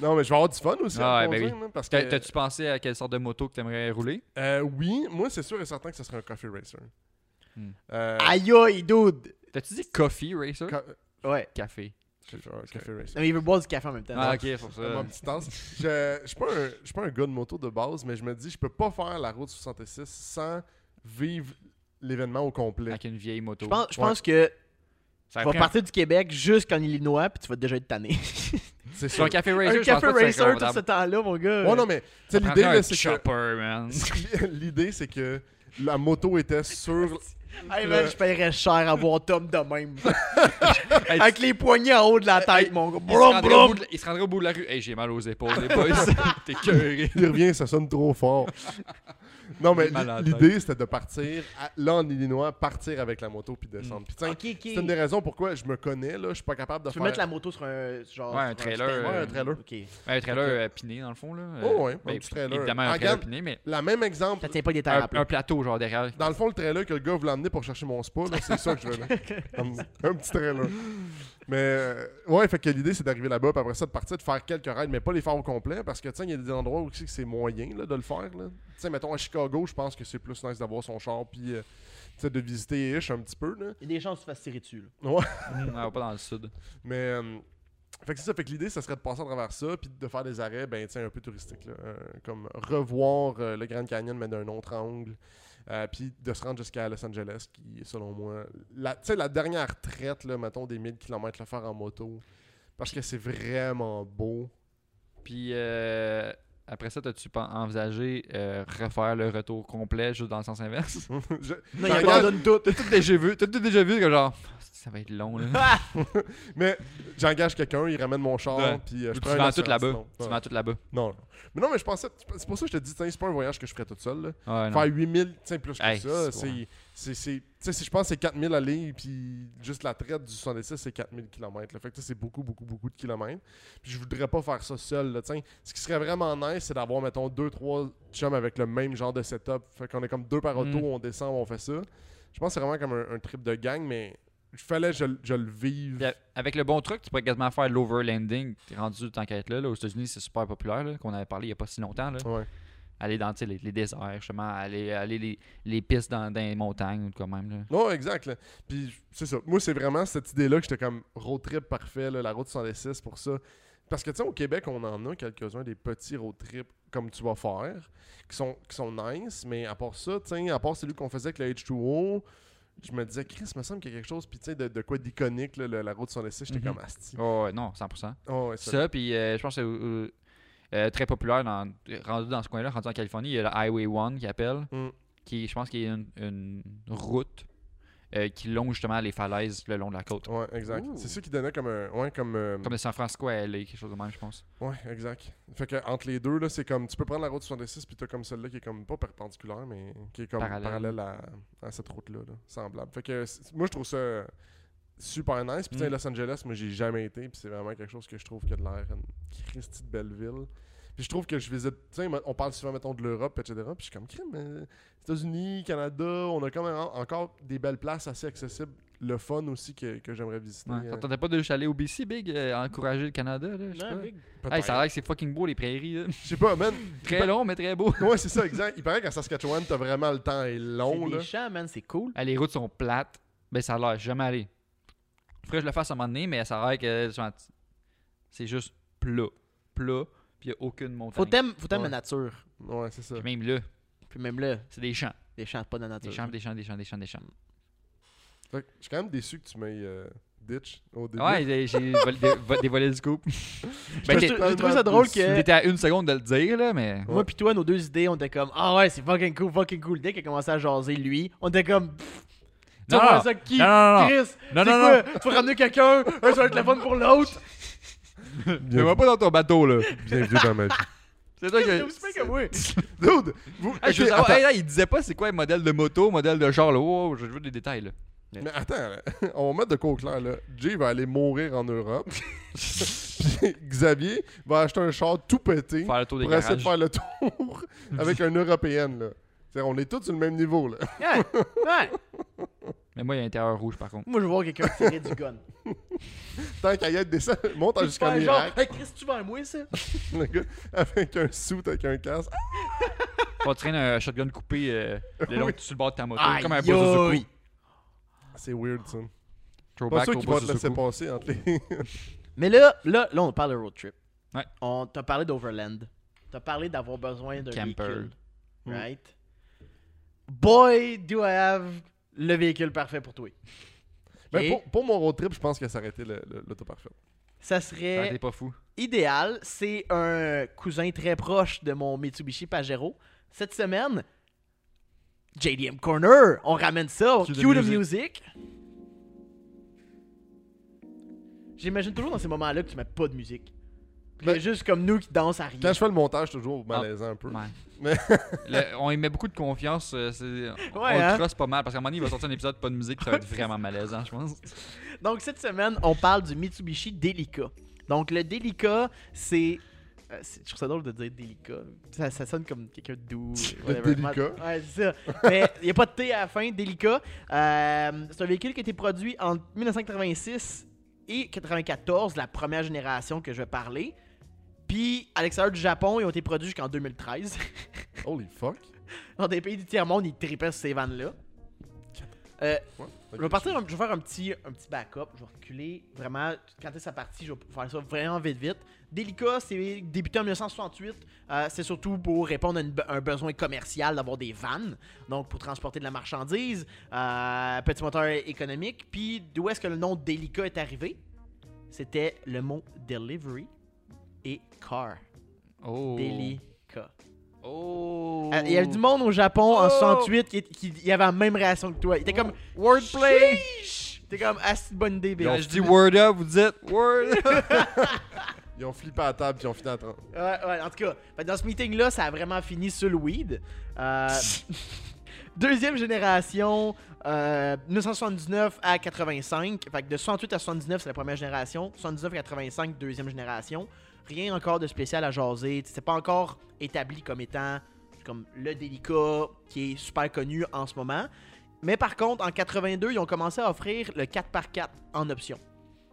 non, mais je vais avoir du fun aussi à
Ah, ouais,
conduire,
ben
hein, parce que...
T'as- T'as-tu pensé à quelle sorte de moto que t'aimerais rouler?
Euh, oui, moi c'est sûr et certain que ce serait un Coffee Racer.
Hmm.
Euh,
Aïe, aïe, dude.
T'as-tu dit Coffee Racer?
ca-
Ouais.
Café.
je sais pas, un Coffee Racer.
Non, mais il veut boire du café en même temps.
Ah, ok, pour
Ma
ça.
petite tasse. Je je suis pas, un- je suis pas un gars de moto de base, mais je me dis, je peux pas faire la route 66 sans vivre l'événement au complet.
Avec une vieille moto.
Je pense, je pense que
Ça
tu
aurait
vas
pris un-
partir du Québec jusqu'en Illinois, puis tu vas déjà être tanné.
C'est
Sur
sûr.
un Café
Un
Racer, je pense
café
pas que c'est
racer tout ce
confortable.
temps-là, mon gars.
Ouais, non, mais tu sais,
Ça
l'idée,
prendrait
là,
un
c'est que.
chopper, man.
L'idée, c'est que la moto était sur.
Hey, man,
le-
je paierais cher à voir Tom de même.
Hey,
Avec les poignets en haut de la tête,
Hey,
mon gars.
il, se rendrait
Brum,
au bout
brum.
de la- il se rendrait au bout de la rue. Hey, j'ai mal aux épaules, les boys. T'es curé.
Il revient, ça sonne trop fort. Non, mais
J'ai mal à la
hein.
l'idée, c'était de partir, à- là, en Illinois, partir avec la moto puis descendre. Puis, tu sais,
Mm. Ok, ok.
c'est une des raisons pourquoi je me connais, là. Je suis pas capable de
Tu
faire.
veux mettre la moto sur un genre.
Ouais, un
sur
trailer,
stand.
euh, Ouais,
un trailer.
Ok.
Un trailer euh, piné, dans le fond, là. Euh,
Oh, ouais, un petit trailer.
Évidemment, un
Ah,
trailer
regarde.
piné, mais
La même exemple.
Ça tient pas des
un,
terres
un plateau, genre, derrière.
Dans le fond, le trailer que le gars voulait amener pour chercher mon spa, là, c'est ça que je veux. là. un, un petit trailer. Mais euh, ouais, fait que l'idée, c'est d'arriver là-bas, puis après ça, de partir, de faire quelques raids, mais pas les faire au complet, parce que tu sais, il y a des endroits aussi que c'est moyen là, de le faire. là. Tu sais, mettons à Chicago, je pense que c'est plus nice d'avoir son char, puis euh, tu sais, de visiter ish un petit peu. Là.
Il y a des chances que tu te fasses tirer dessus. là.
Ouais.
Mm, ah, pas dans le sud.
Mais euh, fait que c'est ça, fait que l'idée, ça serait de passer à travers ça, puis de faire des arrêts, ben tu sais, un peu touristiques, là, euh, comme revoir euh, le Grand Canyon, mais d'un autre angle, euh, puis de se rendre jusqu'à Los Angeles, qui est selon moi, la, tu sais, la dernière traite, là, mettons, des 1000 km le faire en moto, parce que c'est vraiment beau.
Puis euh, après ça, t'as-tu pen- envisagé euh, refaire le retour complet, juste dans le sens inverse?
Je-
Non,
je
il
regarde-
abandonne tout.
T'as tout déjà vu, t'as tout déjà vu, que genre, ça va être long, là.
mais j'engage quelqu'un, il ramène mon char,
Ouais.
puis euh,
Ou tu
je prends une
vends tout
assurance,
là-bas.
non.
Tu
Ouais.
vends tout là-bas.
Non, non. Mais non, mais je pensais, c'est pour ça que je te dis, tiens, c'est pas un voyage que je ferais tout seul, là.
Ouais, Ah, non.
Faire 8000, tu sais, plus que
Hey,
ça,
c'est- hein.
c'est. c'est- c'est- Tu sais, si je pense que c'est 4000 aller, puis juste la traite du 66, c'est 4000 km. Là. Fait que tu sais, c'est beaucoup, beaucoup, beaucoup de kilomètres. Puis je voudrais pas faire ça seul. Là, tu sais. Ce qui serait vraiment nice, c'est d'avoir, mettons, 2-3 chums avec le même genre de setup. Fait qu'on est comme deux par auto,
Mm.
on descend, on fait ça. Je pense que c'est vraiment comme un, un trip de gang, mais il fallait que je, le- je le vive.
Puis, euh, avec le bon truc, tu pourrais quasiment faire l'overlanding. T'es rendu tant qu'à être là, là. Aux États-Unis, c'est super populaire, là, qu'on avait parlé il y a pas si longtemps, là.
Ouais.
Aller dans tu sais, les, les déserts, justement, aller, aller les, les pistes dans, dans les montagnes ou quand même. Là.
Non, exact. là. Puis c'est ça. Moi, c'est vraiment cette idée-là que j'étais comme road trip parfait, là, la route 106 pour ça. Parce que tu sais, au Québec, on en a quelques-uns des petits road trips comme tu vas faire, qui sont, qui sont nice, mais à part ça, tu sais, à part celui qu'on faisait avec le H2O, je me disais, Chris, il me semble qu'il y a quelque chose, puis tu sais, de, de quoi d'iconique, là, le- la route 106, j'étais
Mhm.
comme asti.
Oh, ouais, non, 100%.
Oh, ouais, ça.
Ça, puis euh, je pense que euh, euh, très populaire dans, rendu dans ce coin-là, rendu en Californie. Il y a le Highway 1 qui appelle,
Mm.
qui je pense qu'il y a une, une route euh, qui longe justement les falaises le long de la côte.
Ouais, exact.
Ouh.
C'est ça qui donnait comme un. Ouais, comme. euh,
Comme de San Francisco à LA, quelque chose de même, je pense.
Ouais, exact. Fait que entre les deux, là, c'est comme. Tu peux prendre la route 66, puis t'as comme celle-là qui est comme pas perpendiculaire, mais qui est comme
Parallèle.
parallèle, à, à cette route-là, là, semblable. Fait que c'est- moi, je trouve ça super nice. Puis tu sais,
Mm.
Los Angeles, moi, j'ai jamais été, puis c'est vraiment quelque chose que je trouve qui a de l'air une Christie de belle ville. Puis je trouve que je visite. Tu sais, on parle souvent, mettons, de l'Europe, etc. Puis je suis comme, crime, euh, États-Unis, Canada, on a quand même en- encore des belles places assez accessibles. Le fun aussi que, que j'aimerais visiter.
Ouais.
euh,
T'entendais pas de juste aller au BC, Big, euh, encourager le Canada, là, je sais
Non,
pas.
big.
peut-être.
Hey, ça a l'air que c'est fucking beau les prairies. là.
Je sais pas, man.
Très long, mais très beau.
Ouais, c'est ça, exact. Il paraît qu'à Saskatchewan, t'as vraiment le temps est long,
C'est
là.
des champs, man, c'est cool.
Ah, les routes sont plates. Ben, ça a l'air, j'ai jamais allé. Faudrait que je le fasse à un moment donné, mais ça a l'air que genre, c'est juste plat. Plat, puis il n'y a aucune montagne.
Faut t'aimer faut t'aimer
Ouais.
la nature.
Ouais, c'est ça.
Puis même là,
Puis même là,
c'est des champs.
les champs, pas de la nature. Ben,
Des champs, des champs, des champs, des champs, des champs.
Fait que je suis quand même déçu que tu m'aies euh, ditch au début.
Ouais, j'ai- j'ai volé- dé- vo- dévoilé du coup. ben,
J'ai
t'es-
j'ai trouvé ça drôle que
t'étais à une seconde de le dire, là, mais.
moi pis toi, nos deux idées, on était comme Ah ouais, c'est fucking cool, fucking cool. Dès qu'il a commencé à jaser, lui, on était comme Pff, Tu
Non,
vas voir
non,
ça qui
non, non, non.
Chris
Non,
c'est
non,
quoi? Tu vas ramener quelqu'un, un ça va être le fun pour l'autre.
Fais-moi pas dans ton bateau, là.
bienvenue dans ma vie.
C'est toi
C'est
que.
aussi bien que moi.
Dude! Vous...
Hey, Ah, je veux
ok,
savoir-
attends.
hey, là, il disait pas c'est quoi modèle de moto, modèle de genre, là. Oh, je veux des détails, là.
Mais attends, là. on va mettre de quoi au clair, là. Jay va aller mourir en Europe. Puis Xavier va acheter un char tout pété
Faire le tour des
pour essayer de
garages.
faire le tour avec une Européenne, là. C'est-à-dire, on est tous sur le même niveau, là.
Ouais, ouais.
Mais moi, il y a un intérieur rouge, par contre.
Moi, je veux voir quelqu'un tirer du gun.
Tant qu'à y être descend, monte en jusqu'en
Ouais, genre,
Irak,
hey Chris, tu vas à moi, ça?
le gars, avec un suit, avec un casque.
Faut traîner un shotgun coupé euh, le long
Oui.
sur le bord de ta moto,
Aïe,
comme un
aïe.
Suzuki.
Ah, C'est weird, ça. Pas
Throwback
sûr
au
qu'ils vont
Buzz
te laisser
Suzuki.
passer entre les...
Mais là, là, là, on parle de road trip.
Ouais.
On t'a parlé d'Overland. T'as parlé d'avoir besoin d'un
Camper.
véhicule.
Mm.
Right? Boy, do I have le véhicule parfait pour toi.
Mais
Et
Ben, pour, pour mon road trip, je pense que ça aurait été le- le- l'auto parfait.
Ça
Ah,
serait
T'es pas fou.
idéal. C'est un cousin très proche de mon Mitsubishi Pajero. Cette semaine, JDM Corner, on ramène ça. on
Cue the
Cue the
music.
music. J'imagine toujours dans ces moments-là que tu mets pas de musique. Puis
Ben,
il y a juste comme nous qui dansons à rien.
Quand je fais le montage, toujours
Ah.
malaisant un peu.
Ouais.
Mais-
Le- on y met beaucoup de confiance. euh, c'est- on
Ouais,
le
hein?
crosse pas mal. Parce qu'à un moment donné, il va sortir un épisode pas de musique, ça va être vraiment malaisant, je pense.
Donc, cette semaine, on parle du Mitsubishi Delica. Donc, le Delica, c'est. euh, c'est- Je trouve ça drôle de dire Delica. Ça, ça sonne comme quelqu'un de doux.
Le
whatever.
Delica.
Ouais, c'est ça. Mais il n'y a pas de T à la fin, Delica. Euh, c'est un véhicule qui a été produit entre 1986 et 94, la première génération que je vais parler. Puis, à l'extérieur du Japon, ils ont été produits jusqu'en 2013.
Holy fuck.
Dans des pays du tiers-monde, ils tripaient sur ces vannes-là. Euh,
Ouais.
je vais partir, un- je vais faire un petit, un petit backup. Je vais reculer vraiment. Quand est sa partie, je vais faire ça vraiment vite, vite. Delica, c'est débuté en 1968. Euh, c'est surtout pour répondre à une be- un besoin commercial d'avoir des vannes, donc pour transporter de la marchandise, euh, petit moteur économique. Puis d'où est-ce que le nom Delica est arrivé C'était le mot delivery et car.
Oh.
Delica.
Oh.
Euh, Il y avait du monde au Japon en
Oh!
68 qui, qui il avait la même réaction que toi. Il était comme Wordplay! T'es comme Ah, c'est une bonne idée,
Quand
Bill.
je dis word up, vous dites word up.
Ils ont flippé à la table puis ils ont fini à 30.
Ouais, ouais, en tout cas, fait que dans ce meeting-là, ça a vraiment fini sur le weed. Euh, deuxième génération, euh, 1979 à 85. Fait que de 68 à 79, c'est la première génération. 79 à 85, deuxième génération. Rien encore de spécial à jaser. C'est pas encore établi comme étant comme le délicat qui est super connu en ce moment. Mais par contre, en 82, ils ont commencé à offrir le 4x4 en option.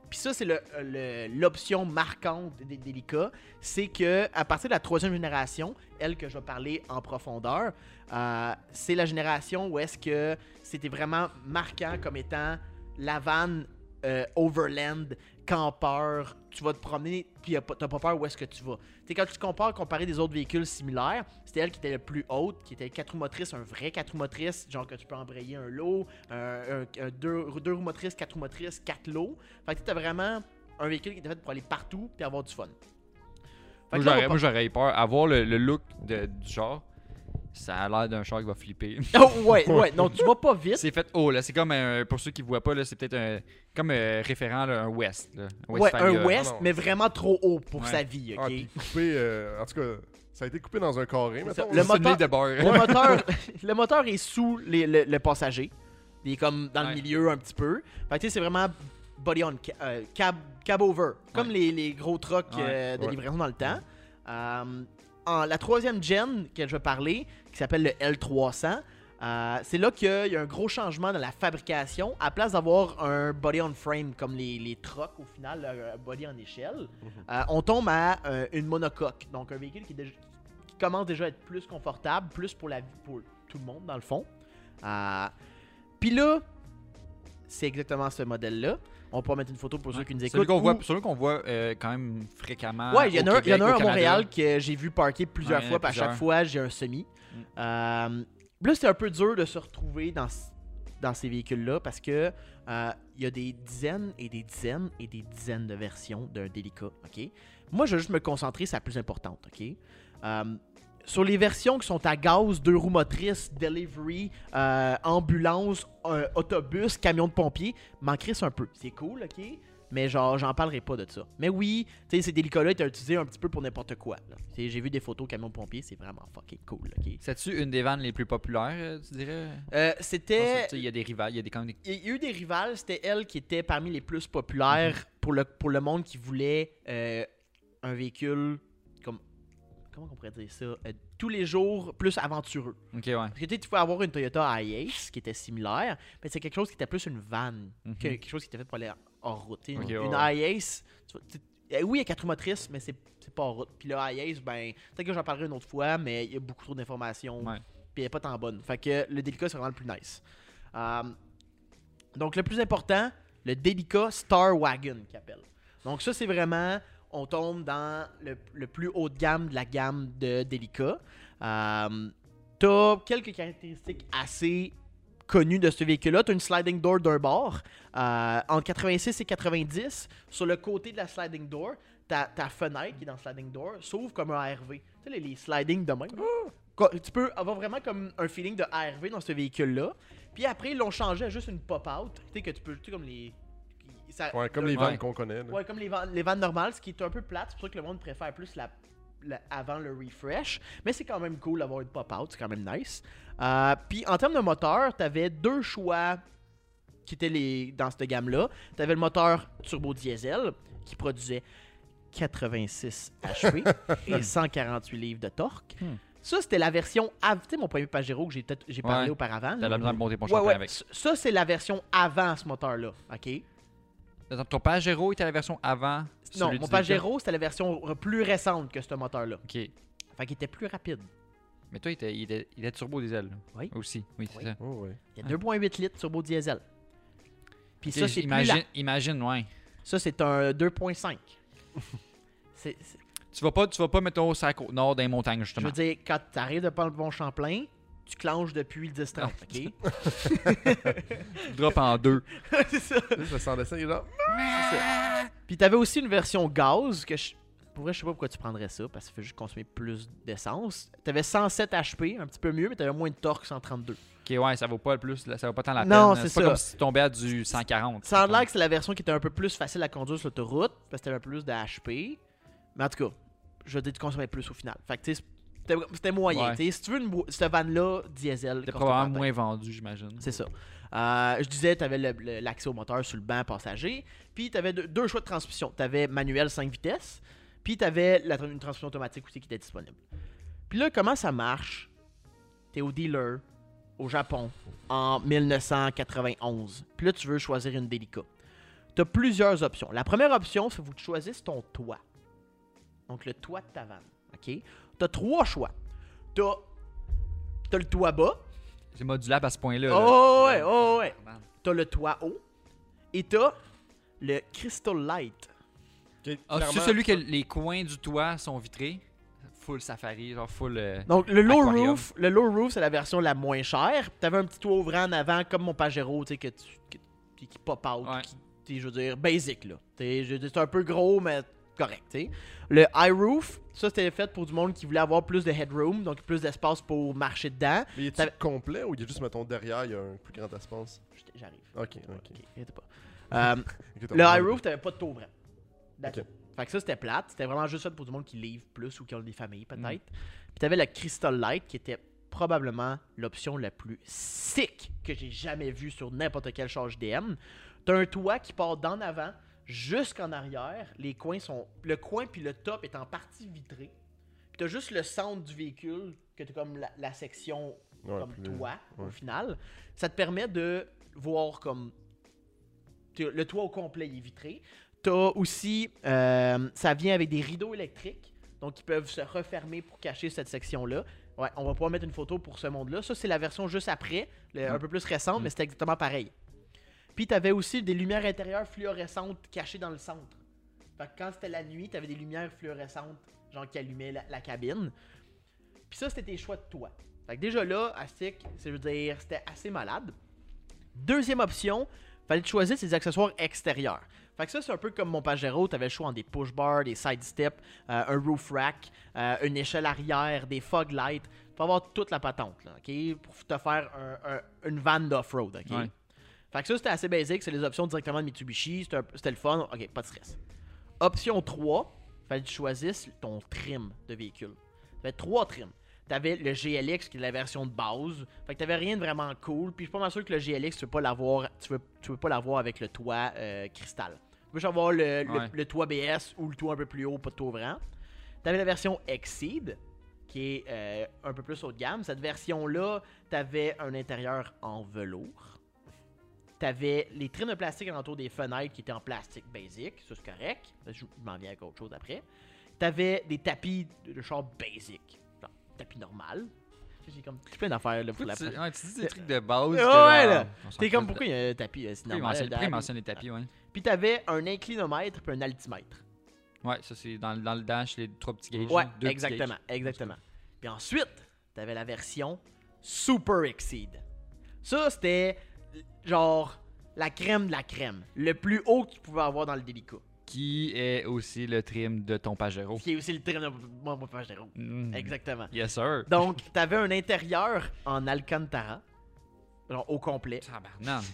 Puis ça, c'est le- euh, le- l'option marquante des délicats. C'est que à partir de la troisième génération, elle que je vais parler en profondeur, euh, c'est la génération où est-ce que c'était vraiment marquant comme étant la vanne euh, overland, campeur, tu vas te promener, puis y a pas- t'as pas peur où est-ce que tu vas. Tu sais, quand tu te compares, comparé des autres véhicules similaires, c'était elle qui était la plus haute, qui était 4 roues motrices, un vrai 4 roues motrices, genre que tu peux embrayer un lot, un, un- un deux, deux roues motrices, 4 roues motrices, 4 lots. Fait que t'as vraiment un véhicule qui était fait pour aller partout puis avoir du fun. Fait
Moi
que là, on
j'aurais-
va
moi, j'aurais eu peur. Avoir le, le look de- du genre, ça a l'air d'un char qui va flipper.
pas- Oh, ouais, ouais. Non, tu vas pas vite.
C'est fait haut, là. C'est comme, un- pour ceux qui ne voient pas, là, c'est peut-être un, comme un référent, là, un West. Là. Un
Ouais,
Westphalia.
un West,
Ah non.
mais vraiment trop haut pour
Ouais.
sa vie, ok?
Ah, puis coupé, euh, en tout cas, ça a été coupé dans un carré,
C'est ça.
mettons.
C'est
Le
une
moteur-
ligne de beurre.
le, moteur, le moteur est sous les- le, le passager. Il est comme dans le
Ouais.
milieu un petit peu. Fait que tu sais, c'est vraiment body on ca- euh, cab, cab over. Comme
Ouais.
les, les gros trucks
Ouais.
euh, de
Ouais.
livraison dans le temps. Euh, en, la troisième gen que je vais parler, qui s'appelle le L300, euh, c'est là qu'il y a un gros changement dans la fabrication. À place d'avoir un body on frame comme les, les trucks au final, là, un body en échelle,
Mhm.
euh, on tombe à euh, une monocoque. Donc un véhicule qui, est déjà- qui commence déjà à être plus confortable, plus pour, la, pour tout le monde dans le fond. Euh, Puis là, c'est exactement ce modèle-là. On peut mettre une photo pour ceux qui nous
Celui
écoutent.
qu'on
ou-
voit, celui qu'on voit euh, quand même fréquemment.
Ouais, il y en
au
a un, il y en
Québec,
a un
au
à
Canada.
Montréal que j'ai vu parker plusieurs
Ouais, il y en
fois,
a
puis à chaque
plusieurs.
fois, j'ai un semi.
Mm.
Euh, là, c'est un peu dur de se retrouver dans, c- dans ces véhicules-là parce que euh, il y a des dizaines et des dizaines et des dizaines de versions d'un délicat, OK? Moi, je vais juste me concentrer sur la plus importante, OK? Euh, sur les versions qui sont à gaz, deux roues motrices, delivery, euh, ambulance, un autobus, camion de pompiers, m'en crisse un peu. C'est cool, ok? Mais genre, j'en parlerai pas de ça. Mais oui, tu sais, ces délicats-là étaient utilisés un petit peu pour n'importe quoi. là. Tu sais, J'ai vu des photos camion de pompiers, c'est vraiment fucking cool, ok?
C'est-tu une des vannes les plus populaires, euh, tu dirais
Euh,
Je pense que,
C'était.
tu sais, Il y a des rivales, il y a des quand même des-
Il y a eu des rivales, c'était elle qui était parmi les plus populaires
Mhm.
pour, le, pour le monde qui voulait euh, un véhicule comme. Comment on pourrait dire ça? Euh, tous les jours plus aventureux.
Ok, ouais.
Parce que tu sais, tu pouvais avoir une Toyota IAS qui était similaire, mais c'est quelque chose qui était plus une van,
Mhm.
que quelque chose qui était fait pour aller hors route. tu sais. Une,
Ok,
une
ouais,
IAS, tu vas- tu- eh oui, il y a quatre roues motrices, mais c'est c'est pas en route. Puis là, IAS, ben, peut-être que j'en parlerai une autre fois, mais il y a beaucoup trop d'informations,
Ouais.
puis elle est pas tant bonne. Fait que le délicat, c'est vraiment le plus nice. Euh, donc, le plus important, le délicat Star Wagon qu'il appelle. Donc, ça, c'est vraiment, on tombe dans le, le plus haut de gamme de la gamme de délicat. Euh, T'as quelques caractéristiques assez connues de ce véhicule-là. T'as une sliding door d'un bord. Euh, entre 86 et 90, sur le côté de la sliding door, ta, ta fenêtre qui est dans le sliding door s'ouvre comme un ARV. Tu sais, les, les sliding de même. Co- Tu peux avoir vraiment comme un feeling de ARV dans ce véhicule-là. Puis après, ils l'ont changé à juste une pop-out. Tu sais, que tu peux. Tu sais, comme les. ça-
Ouais, comme les
Ouais.
vannes qu'on connaît. là.
Ouais, comme les, van- les vannes normales, ce qui est un peu plate, c'est pour ça que le monde préfère plus la, la- avant le refresh. Mais c'est quand même cool d'avoir une pop-out, c'est quand même nice. Euh, Puis en termes de moteur, t'avais deux choix qui étaient les, dans cette gamme-là. T'avais le moteur turbo-diesel qui produisait 86 HP et 148 livres de torque.
Hmm.
Ça, c'était la version... av- Tu sais, mon premier Pajero que j'ai peut-être- j'ai parlé
Ouais.
auparavant.
T'as
là.
la besoin de monter mon
Ouais,
champagne
ouais.
avec.
Ça, Ça, c'est la version avant ce moteur-là, OK?
Attends, ton Pajero était la version avant.
Non,
celui
mon
du
Pajero, c'était la version r- plus récente que ce moteur-là.
Delta. Ok.
Fait qu'il était plus rapide.
Mais toi, il était, il était, il était turbo diesel. là.
Oui.
Aussi. Oui, c'est
Oui.
ça.
Oh, ouais.
Il y a 2.8 litres turbo diesel. Puis
Ok,
ça, c'est plus
imagine,
lent.
imagine, ouais.
Ça, c'est un 2.5. C'est- c'est-
Tu vas pas, tu vas pas mettons sur la côte nord des montagnes
je
justement.
veux dire, quand t'arrives de le bon Champlain, tu clenches depuis le 10-30,
Ah,
ok?
Drop en deux.
c'est ça.
Juste le sans dessin, il est genre. hmm,
Puis t'avais aussi une version gaz que je. Pour vrai, je sais pas pourquoi tu prendrais ça, parce qu'il faut juste consommer plus d'essence. T'avais 107 HP, un petit peu mieux, mais t'avais moins de torque, 132.
Ok, ouais, ça vaut pas le plus, là, ça vaut pas tant la peine.
Non,
là.
c'est ça.
pas comme si tu tombais à du 140.
Ça a l'air que c'est la version qui était un peu plus facile à conduire sur l'autoroute, parce que t'avais un peu plus de HP. Mais en tout cas, je veux dire, tu consommais plus au final. Fait que, tu sais, c'était- c'était moyen.
Ouais.
tu sais. Si tu veux une bo- cette van-là, diesel,
C'était
coste
probablement
pas
moins vendu, j'imagine.
c'est ça. Euh, je disais, tu avais l'accès au moteur sur le banc passager. Puis, tu avais deux choix de transmission. Tu avais manuel 5 vitesses. Puis, tu avais la, tra- une transmission automatique aussi qui était disponible. Puis là, comment ça marche? Tu es au dealer au Japon en 1991. Puis là, tu veux choisir une Delica. Tu as plusieurs options. La première option, c'est que vous choisissez ton toit. Donc, le toit de ta vanne. OK? Tu as trois choix. Tu as, le toit bas.
C'est modulable à ce point-là. là. Ah,
Oh ouais, oh ouais. T'as le toit haut et t'as le Crystal Light.
Ok,
Ah, c'est
clairement-
celui que les coins du toit sont vitrés. Full safari, genre full. euh,
Donc le low
Aquarium.
roof, le low roof c'est la version la moins chère. T'avais un petit toit ouvrant en avant comme mon Pajero, tu sais que tu que- qui, qui pop out,
Ouais.
qui t'sais, je veux dire basic là. T'sais, je veux dire, C'est un peu gros mais correct. t'sais. Le high roof, ça c'était fait pour du monde qui voulait avoir plus de headroom, donc plus d'espace pour marcher dedans.
Mais il
T'avais-
est complet ou il y a juste, mettons, derrière, il y a un plus grand espace
J'étais- J'arrive.
Ok,
Ouais,
ok.
inquiète pas. Euh,
Ok, t'as
le high
raison.
roof, t'avais pas de taux vraiment. That's
Ok.
it. Fait que ça c'était plate, c'était vraiment juste fait pour du monde qui livre plus ou qui ont des familles peut-être. Puis t'avais le Crystal Light qui était probablement l'option la plus sick que j'ai jamais vue sur n'importe quel charge DM. T'as un toit qui part d'en avant jusqu'en arrière, les coins sont le coin puis le top est en partie vitré. Puis t'as juste le centre du véhicule que t'as comme la, la section
Ouais,
comme
plus-
toit au
ouais.
final. Ça te permet de voir comme t'as- le toit au complet il est vitré. T'as aussi, euh, ça vient avec des rideaux électriques, donc ils peuvent se refermer pour cacher cette section-là. Ouais, on va pouvoir mettre une photo pour ce monde-là. Ça, c'est la version juste après, le- un
Mm.
peu plus récente,
Mm.
mais c'était exactement pareil. Puis t'avais aussi des lumières intérieures fluorescentes cachées dans le centre. Fait que quand c'était la nuit, t'avais des lumières fluorescentes, genre qui allumaient la, la cabine. Puis ça, c'était tes choix de toi. Fait que déjà là, Astic, c'est veut dire, c'était assez malade. Deuxième option, fallait te choisir ses accessoires extérieurs. Fait que ça, c'est un peu comme mon Pajero, t'avais le choix en des push bars, des side steps, euh, un roof rack, euh, une échelle arrière, des fog lights. Tu peux avoir toute la patente, là, OK? Pour te faire un- un- une vanne d'off-road, OK?
Ouais.
Fait que ça, c'était assez basique. C'est les options directement de Mitsubishi. C'était un- C'était le fun. OK, pas de stress. Option 3, fallait que tu choisisses ton trim de véhicule. T'avais trois trims. T'avais le GLX qui est la version de base. Fait que t'avais rien de vraiment cool. Puis je suis pas mal sûr que le GLX, tu veux pas l'avoir. Tu veux, tu veux pas l'avoir avec le toit euh, cristal. Tu veux juste avoir le, le-
Ouais.
le toit BS ou le toit un peu plus haut, pas de toit ouvrant. T'avais la version Exceed, qui est euh, un peu plus haut de gamme. Cette version-là, t'avais un intérieur en velours. T'avais les trims de plastique alentour des fenêtres qui étaient en plastique basic, ça c'est correct. Ben, Je je m'en viens avec autre chose après. T'avais des tapis de, de char basic, genre tapis normal. J'ai comme tout plein d'affaires là pour
Pourquoi
la
tu,
prochaine.
ouais, tu dis des trucs de base.
Ouais,
que,
ouais, là.
on s'en
T'es comme
fout.
pourquoi il y a un tapis euh, c'est
Pourquoi il
normal,
mentionne-
un
pourquoi il
tapis.
mentionne les tapis, ouais.
Puis t'avais un inclinomètre puis un altimètre.
Ouais, ça c'est dans, le- dans le dash, les trois petits gages.
Ouais,
là, deux petits
exactement,
gages.
exactement. Puis ensuite, t'avais la version Super Exceed. Ça, c'était l- genre la crème de la crème. Le plus haut que tu pouvais avoir dans le délicat.
Qui est aussi le trim de ton Pajero.
Qui est aussi le trim de mon mon Pajero.
Mm.
Exactement.
Yes, sir.
Donc, t'avais un intérieur en Alcantara. Genre au complet.
Tabarnak.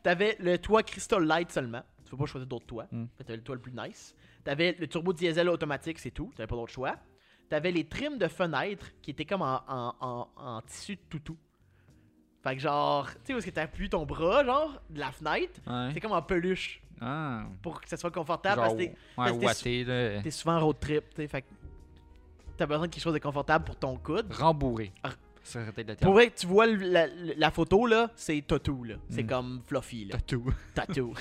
T'avais le toit Crystal Light seulement. Tu peux pas choisir d'autres toits.
Mm.
Fait que T'avais le toit le plus nice. T'avais le turbo diesel automatique, c'est tout. T'avais pas d'autre choix. T'avais les trims de fenêtres qui étaient comme en, en- en- en tissu de toutou. Fait que genre, tu sais, où est-ce que t'appuies ton bras, genre, de la fenêtre,
Ouais.
c'est comme en peluche
Ah.
pour que ça soit confortable parce
Hein? Genre,
que t'es-
ouais,
que t'es
ouaté, là.
t'es souvent en road trip, tu sais. Fait que t'as besoin de quelque chose de confortable pour ton coude.
Rembourré.
Ah.
Ça aurait été de la
Pour
terre.
vrai, tu vois le- la, la photo là, c'est tatou là. C'est
Mm.
comme fluffy là.
Tatou.
Tatou.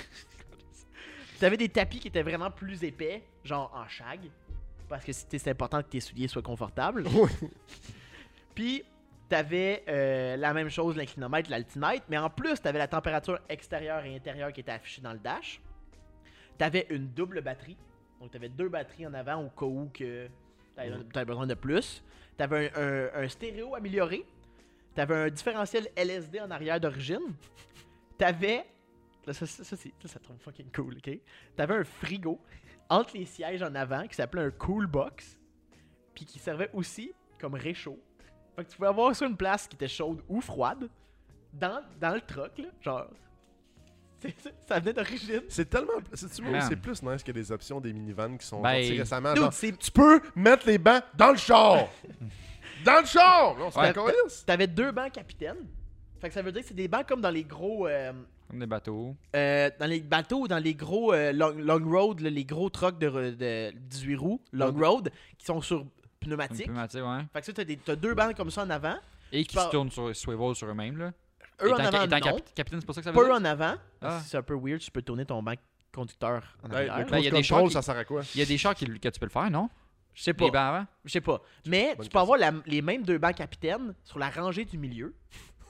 T'avais des tapis qui étaient vraiment plus épais, genre en shag, parce que c'était c'était important que tes souliers soient confortables. Puis, t'avais euh, la même chose, l'inclinomètre, l'altimètre, mais en plus, t'avais la température extérieure et intérieure qui était affichée dans le dash. T'avais une double batterie, donc t'avais deux batteries en avant au cas où que t'avais t'avais besoin de plus. T'avais un, un- un stéréo amélioré. T'avais un différentiel LSD en arrière d'origine. T'avais Là, ça, ça, ça, c'est- ça, ça trouve fucking cool, ok? T'avais un frigo entre les sièges en avant qui s'appelait un cool box, puis qui servait aussi comme réchaud. Fait que tu pouvais avoir soit une place qui était chaude ou froide dans, dans le truck, là, genre. C'est- c'est- Ça venait d'origine.
C'est tellement. C'est-tu moi,
Man.
c'est plus nice que des options des minivans qui sont
Ben,
sorties récemment.
Dude,
genre,
c'est-
tu peux mettre les bancs dans le char! dans le char! Non, c'est
Ouais.
pas encore lisse.
T'avais deux bancs capitaines. Fait que ça veut dire que c'est des bancs comme dans les gros. euh,
Comme des bateaux.
euh, dans les bateaux ou dans les gros euh, long, long road, là, les gros trucks de, re- de 18 roues, long road, qui sont sur
Comme
pneumatiques.
pneumatique, ouais.
Fait que ça, t'as, des- t'as deux bandes comme ça en avant.
Et qui
parles-
se tournent sur swivel sur eux-mêmes, là.
Eux
Étant
en
ca-
avant,
étant
non.
capi- capitaine, c'est pour ça que ça
Pas
veut
eux
dire.
en avant.
Ah.
C'est un peu weird, tu peux tourner ton banc conducteur Euh, en
Hey,
arrière.
le
Ben, il y a
cruise
des chars
control,
qui-
ça sert à quoi?
Il y a des chars qui- que tu peux le faire, non?
Je sais
Les
pas.
bancs avant?
Je sais pas. Mais
Bonne
tu peux avoir la- les mêmes deux bancs capitaines sur la rangée du milieu.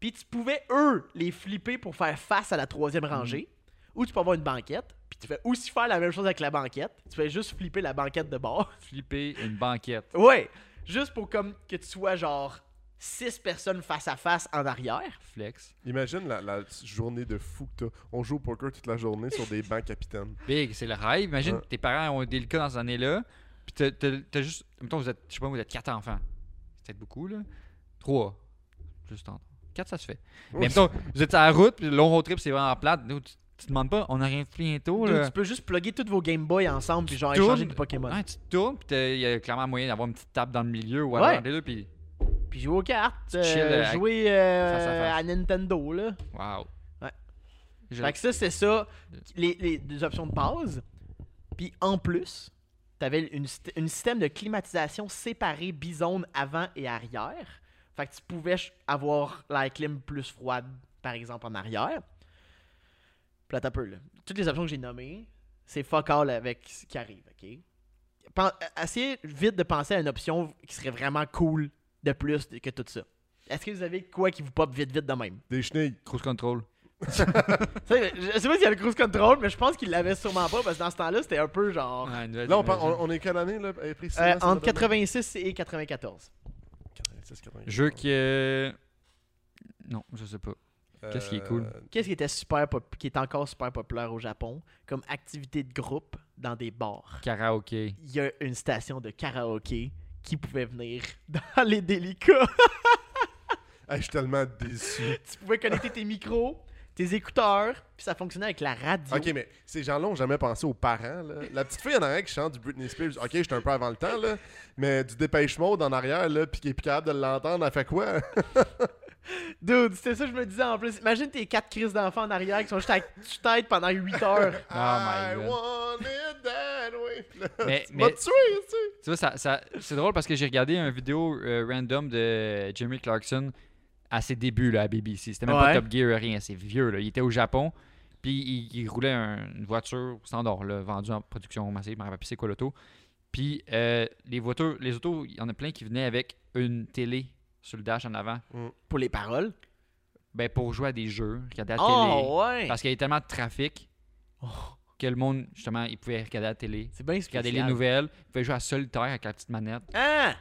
Puis tu pouvais, eux, les flipper pour faire face à la troisième
Mm-hmm.
rangée. Ou tu peux avoir une banquette. Puis tu fais aussi faire la même chose avec la banquette. Tu fais juste flipper la banquette de bord.
Flipper une banquette.
Ouais. Juste pour comme que tu sois genre six personnes face à face en arrière.
Flex.
Imagine la, la journée de fou que t'as. On joue au poker toute la journée sur des bancs capitaines.
Big, c'est le rêve. Imagine
Ouais.
que tes parents ont aidé le cas dans cette année-là. Puis t'as- t'as t'as juste. Mettons, vous êtes, je sais pas, vous êtes quatre enfants. C'est peut-être beaucoup, là. Trois. Juste en. Quatre, ça se fait. Mais mettons, vous êtes sur la route, puis le long road trip, c'est vraiment plate. Nous, tu, tu te demandes pas, on a rien fait bientôt,
Dude,
là.
tu peux juste plugger tous vos Game Boy ensemble puis genre
tournes.
échanger des Pokémon.
Ouais, tu te tournes, puis t'as- il y a clairement moyen d'avoir une petite table dans le milieu ou
Ouais.
à là, puis.
Puis jouer aux cartes, euh,
Chill, euh,
jouer euh,
face à face.
à Nintendo là.
Waouh.
Ouais.
Je-
Fait que ça, c'est ça, les, les, les options de base. Puis en plus, t'avais une, syst- une système de climatisation séparé bizone avant et arrière. Fait que tu pouvais ch- avoir la clim plus froide, par exemple, en arrière. Puis là, t'as peu, là. Toutes les options que j'ai nommées, c'est fuck all avec ce qui arrive, OK? Pen- euh, essayez vite de penser à une option qui serait vraiment cool de plus que tout ça. Est-ce que vous avez quoi qui vous pop vite, vite de même?
Des chenilles.
Cruise control.
Tu sais, Je sais pas s'il y a le cruise control, mais je pense qu'il l'avait sûrement pas parce que dans ce temps-là, c'était un peu genre.
Ouais, une nouvelle
Là, on, parle-
génération.
on, on est quelle année, là, euh, précisément?
euh,
ça
entre
doit donner?
86 et 94.
96, 94.
Jeu qui est. Non, je sais pas. qu'est-ce qui est cool?
Euh,
Qu'est-ce qui était super pop- qui est encore super populaire au Japon comme activité de groupe dans des bars?
Karaoké.
Il y a une station de karaoké qui pouvait venir dans les délicats.
hey, je suis tellement déçu.
tu pouvais connecter tes micros, tes écouteurs, puis ça fonctionnait avec la radio.
ok, mais ces gens-là ont jamais pensé aux parents. Là. La petite fille en arrière qui chante du Britney Spears, ok, j'étais un peu avant le temps, là, mais du Dépêche Mode en arrière, là, puis qui est plus capable de l'entendre, elle fait quoi?
Dude, c'était ça que je me disais en plus. Imagine tes quatre crises d'enfants en arrière qui sont juste à tue-tête pendant 8 heures.
Oh my
I
God.
want it that way. Là,
Mais-
tu m'as
mais-
tué, tu sais.
Tu vois, ça, ça- c'est drôle parce que j'ai regardé un vidéo euh, random de Jeremy Clarkson à ses débuts là, à BBC. C'était même
Ouais.
pas Top Gear, rien. C'est vieux. Là. Il était au Japon. Puis il, il roulait un- une voiture standard, là, vendue en production massive. Je me rappelle plus c'est quoi l'auto. Puis euh, les voitures, les autos, il y en a plein qui venaient avec une télé sur le dash en avant.
Pour les paroles.
Ben, pour jouer à des jeux, regarder la télé.
Oh, ouais!
Parce qu'il y avait tellement de trafic que le monde, justement, il pouvait regarder la télé,
C'est bien
regarder
spécial.
les nouvelles, il pouvait jouer à solitaire avec la petite manette.
Ah!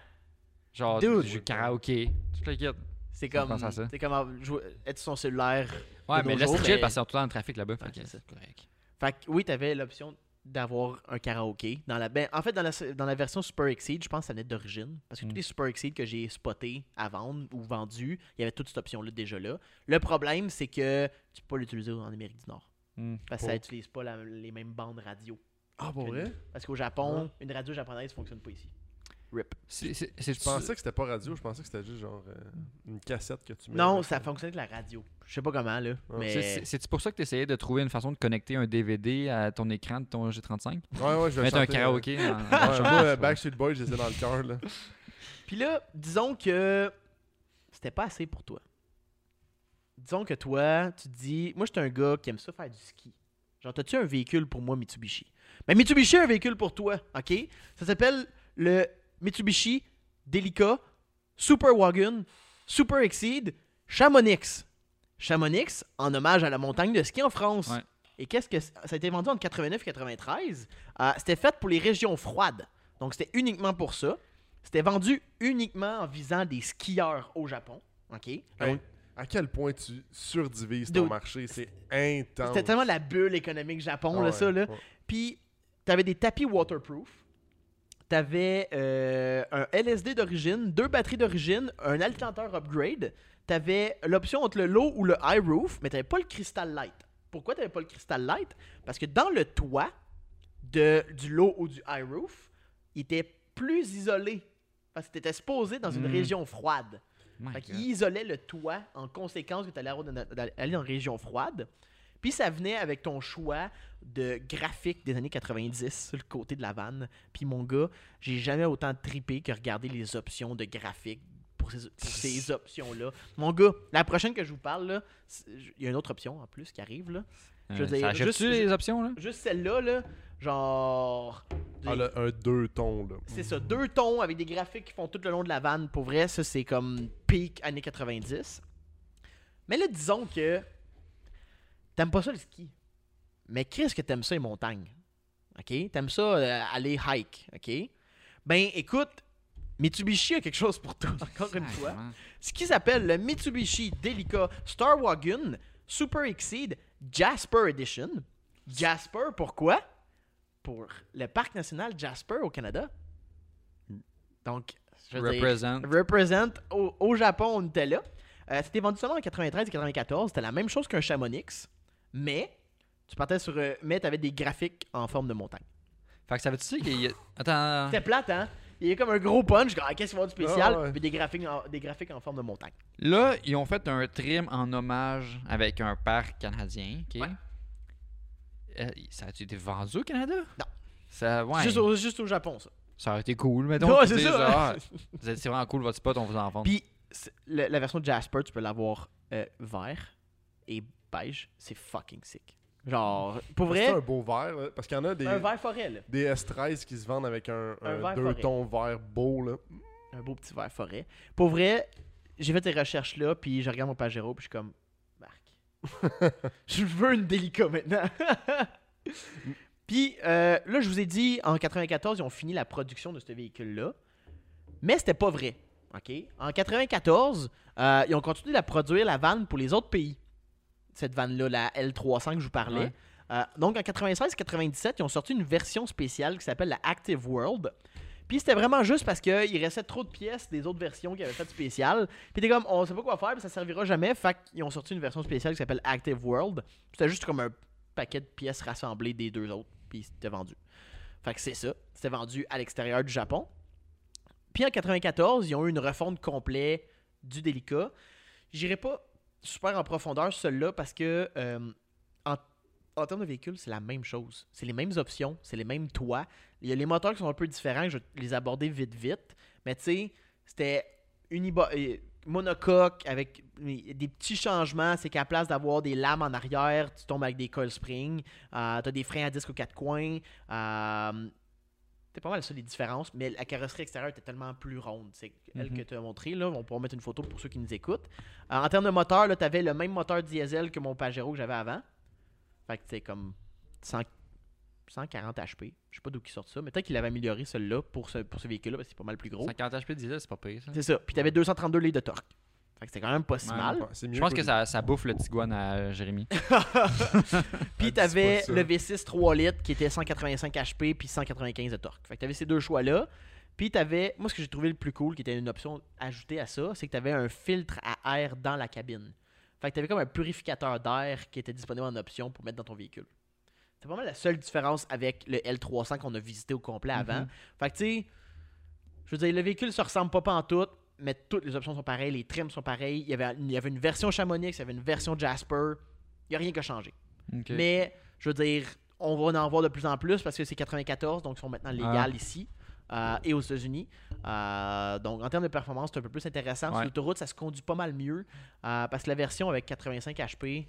Genre,
Dude.
du jeu karaoké. Toute la kit.
C'est
Ça me
comme,
pense à ça.
c'est comme en- jouer- être sur son cellulaire.
Ouais,
De
mais
nos
là,
jours,
c'est chill
mais-
parce qu'ils sont tout le temps en trafic là-bas. fait
Ok,
que
c'est
c'est correct.
Fait que oui, t'avais l'option d'avoir un karaoké. Dans la, ben, en fait, dans la, dans la version Super Exceed, je pense que ça venait d'origine. Parce que
Mm.
tous les Super Exceed que j'ai spotés à vendre ou vendus, il y avait toute cette option-là déjà là. Le problème, c'est que tu peux pas l'utiliser en Amérique du Nord.
Hmm.
Parce que Ben, ça
Oh.
utilise pas la- les mêmes bandes radio.
Ah, pour
Que
vrai?
nous. Parce qu'au Japon,
Hein?
Ah.
une radio japonaise fonctionne pas ici.
C'est- c'est- c'est-
Je pensais que c'était pas radio, je pensais que c'était juste genre euh, une cassette que tu mets.
non,
avec-
ça fonctionne avec la radio. Je sais pas comment, là.
Ah.
mais...
c'est- c'est- C'est-tu pour ça que tu essayais de trouver une façon de connecter un DVD à ton écran de ton G35
Ouais, ouais, je vais
Mettre un
chanter, euh,
karaoké dans, dans la
Ouais,
chambre, je sais
moi, euh,
pas.
ben,
Backstreet Boys, je les ai dans le cœur, là.
Puis là, disons que c'était pas assez pour toi. Disons que toi, tu te dis, moi, j'étais un gars qui aime ça faire du ski. Genre, t'as-tu un véhicule pour moi, Mitsubishi? Mais Mitsubishi a un véhicule pour toi, OK? Ça s'appelle le Mitsubishi Delica Super Wagon Super Exceed Chamonix. Chamonix, en hommage à la montagne de ski en France.
Ouais.
Et qu'est-ce que c- ça a été vendu entre 89 et 93? Euh, c'était fait pour les régions froides. Donc, c'était uniquement pour ça. C'était vendu uniquement en visant des skieurs au Japon. OK?
Hey, à quel point tu surdivises ton
Dude,
marché, c'est intense.
C'était tellement la bulle économique Japon, là,
Ah Ouais,
ça, là.
ouais.
Puis, t'avais des tapis waterproof. T'avais euh, un LSD d'origine, deux batteries d'origine, un alternateur upgrade. T'avais l'option entre le low ou le high roof, mais t'avais pas le crystal light. Pourquoi t'avais pas le crystal light? Parce que dans le toit de, du low ou du high roof, il était plus isolé. Parce que t'étais exposé dans une
Mm.
région froide.
My
Fait
God.
qu'il isolait le toit en conséquence que tu allais aller dans une région froide. Puis ça venait avec ton choix de graphique des années 90 sur le côté de la vanne. Puis mon gars, j'ai jamais autant tripé que regarder les options de graphique pour ces, pour ces options-là. Mon gars, la prochaine que je vous parle, là, c'est- il y a une autre option en plus qui arrive. Là. je veux
Euh,
dire,
ça achète-tu
juste-
les options, là
Juste celle-là, là, genre...
Ah, là, un deux tons, là.
C'est ça, deux tons avec des graphiques qui font tout le long de la vanne. Pour vrai, ça, c'est comme peak années 90. Mais là, disons que t'aimes pas ça le ski. Mais Chris, que t'aimes ça les montagnes. OK? T'aimes ça euh, aller hike. OK? Ben, écoute, Mitsubishi a quelque chose pour toi, encore une fois.
Ah,
Ce qu'ils appellent le Mitsubishi Delica Star Wagon Super Exceed Jasper Edition. Jasper, pourquoi? Pour le parc national Jasper au Canada. Donc, je veux dire,
Represent.
Represent au, au Japon, on était là. Euh, c'était vendu seulement en 93 et 94. C'était la même chose qu'un Chamonix, mais tu partais sur. euh, mais tu avais des graphiques en forme de montagne.
Fait que ça veut-tu dire qu'il y a... Attends.
C'était plate, hein? Il y a comme un gros punch. comme, Ah, Qu'est-ce qu'ils vont avoir de spécial?
Ah ouais.
Puis des graphiques, en, des graphiques en forme de montagne.
Là, ils ont fait un trim en hommage avec un parc canadien. ok? Euh, ça a-tu été vendu au Canada?
Non.
Ça, ouais,
Juste, au, juste au Japon, ça.
ça aurait été cool, mettons.
Ouais,
tu
c'est
sais,
ça.
genre, vous êtes- c'est vraiment cool votre spot, on vous en vend.
Puis c'est- le- la version de Jasper, tu peux l'avoir euh, vert et beige. C'est fucking sick. Genre, pour
C'est
vrai,
un beau verre, là, parce qu'il y en a des,
un vert forêt, là.
des S13 qui se vendent avec un,
Un
un
verre
deux
forêt.
tons vert beau. Là.
un beau petit verre forêt. Pour vrai, j'ai fait des recherches là, puis je regarde mon Pagero, puis je suis comme, Marc, je veux une délicat maintenant. puis euh, là, je vous ai dit, en 94, ils ont fini la production de ce véhicule-là, mais c'était pas vrai. ok En 94, euh, ils ont continué de produire la vanne pour les autres pays. Cette vanne-là, la L300 que je vous parlais.
Ouais.
Euh, donc en 96-97, ils ont sorti une version spéciale qui s'appelle la Active World. Puis c'était vraiment juste parce qu'il restait trop de pièces des autres versions qu'ils avaient faites spéciales. Puis t'es comme, on sait pas quoi faire, puis ça servira jamais. Fait qu'ils ont sorti une version spéciale qui s'appelle Active World. C'était juste comme un paquet de pièces rassemblées des deux autres, puis c'était vendu. Fait que c'est ça. C'était vendu à l'extérieur du Japon. Puis en 94, ils ont eu une refonte complète du Delica. J'irai pas super en profondeur celui-là parce que euh, en, en termes de véhicule, c'est la même chose. C'est les mêmes options, c'est les mêmes toits. Il y a les moteurs qui sont un peu différents, je vais les aborder vite vite. Mais tu sais, c'était unibo- euh, monocoque avec euh, des petits changements. C'est qu'à place d'avoir des lames en arrière, tu tombes avec des coil springs. Euh, T'as des freins à disque aux quatre coins. Euh, c'était pas mal ça les différences, mais la carrosserie extérieure était tellement plus ronde. C'est elle
Mhm.
que tu as montré, là. On pourra mettre une photo pour ceux qui nous écoutent. Euh, en termes de moteur, là, t'avais le même moteur diesel que mon Pajero que j'avais avant. Fait que c'est comme 100 140 HP. Je sais pas d'où ils sortent ça, mais peut-être qu'il avait amélioré celui-là pour ce, pour ce véhicule-là parce que c'est pas mal plus gros.
50 HP de diesel, c'est pas pire, ça.
C'est ça. Puis t'avais 232 livres de torque. Fait que c'était quand même pas si
Ouais.
mal.
Ouais, c'est mieux
Je pense que
des-
ça, ça bouffe le Tiguan à Jérémy.
Puis
Ah, dis
t'avais
pas ça.
le V6 3 litres qui était 185 HP puis 195 de torque. Fait que t'avais ces deux choix-là. Puis t'avais, moi ce que j'ai trouvé le plus cool, qui était une option ajoutée à ça, c'est que t'avais un filtre à air dans la cabine. Fait que t'avais comme un purificateur d'air qui était disponible en option pour mettre dans ton véhicule. C'est pas mal la seule différence avec le L300 qu'on a visité au complet avant.
Mhm.
Fait que tu sais, je veux dire, le véhicule se ressemble pas pantoute, mais toutes les options sont pareilles, les trims sont pareils. Il y avait, il y avait une version Chamonix, il y avait une version Jasper. Il y a rien que changé.
Ok.
Mais je veux dire, on va en voir de plus en plus parce que c'est 94, donc ils sont
Ah.
maintenant légales ici euh, et aux États-Unis. Euh, donc en termes de performance, c'est un peu plus intéressant. Sur
Ouais.
l'autoroute, ça se conduit pas mal mieux euh, parce que la version avec 85 HP,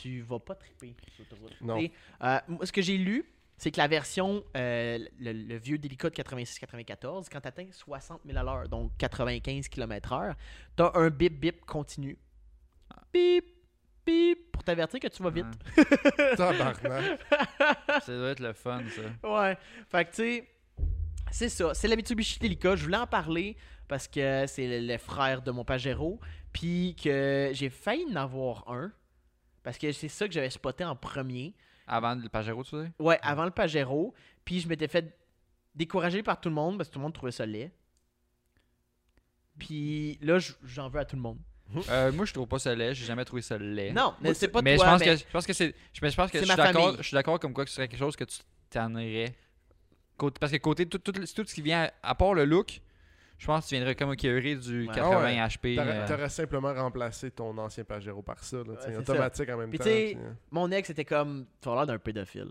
tu vas pas triper sur l'autoroute.
Non.
Et, euh, moi, ce que j'ai lu, c'est que la version, euh, le, le vieux délicat de 86-94, quand tu atteins 60 000 à l'heure, donc 95 km/h, tu as un bip bip continu.
Ah.
Bip, bip, pour t'avertir que tu vas vite.
Ouais.
Tabarnak.
Ah. ça doit être le fun, ça.
Ouais. Fait que, tu sais, c'est ça. C'est la Mitsubishi Delica. Je voulais en parler parce que c'est le, le frère de mon Pajero. Puis que j'ai failli en avoir un. Parce que c'est ça que j'avais spoté en premier.
Avant le Pajero, tu sais?
Ouais, avant le Pajero. Puis je m'étais fait décourager par tout le monde parce que tout le monde trouvait ça laid. Puis là, j- j'en veux à tout le monde.
Euh, moi, je trouve pas ça laid. J'ai jamais trouvé ça laid.
Non, mais c'est pas
mais
toi,
je pense
mais-
que je pense que c'est je, mais je pense que
C'est
je suis
ma
d'accord
famille.
je suis d'accord comme quoi que ce serait quelque chose que tu tannerais Côté- parce que côté tout, tout, tout ce qui vient à, à part le look je pense que tu viendrais comme au Kyuri du
Ouais.
80
Ah ouais.
HP
T'aurais
euh,
t'aurais simplement remplacé ton ancien Pajero par ça, là, tu sais,
c'est ça.
automatique en même
Puis
temps.
tu sais-
puis, euh.
Mon ex était comme, tu as l'air d'un pédophile.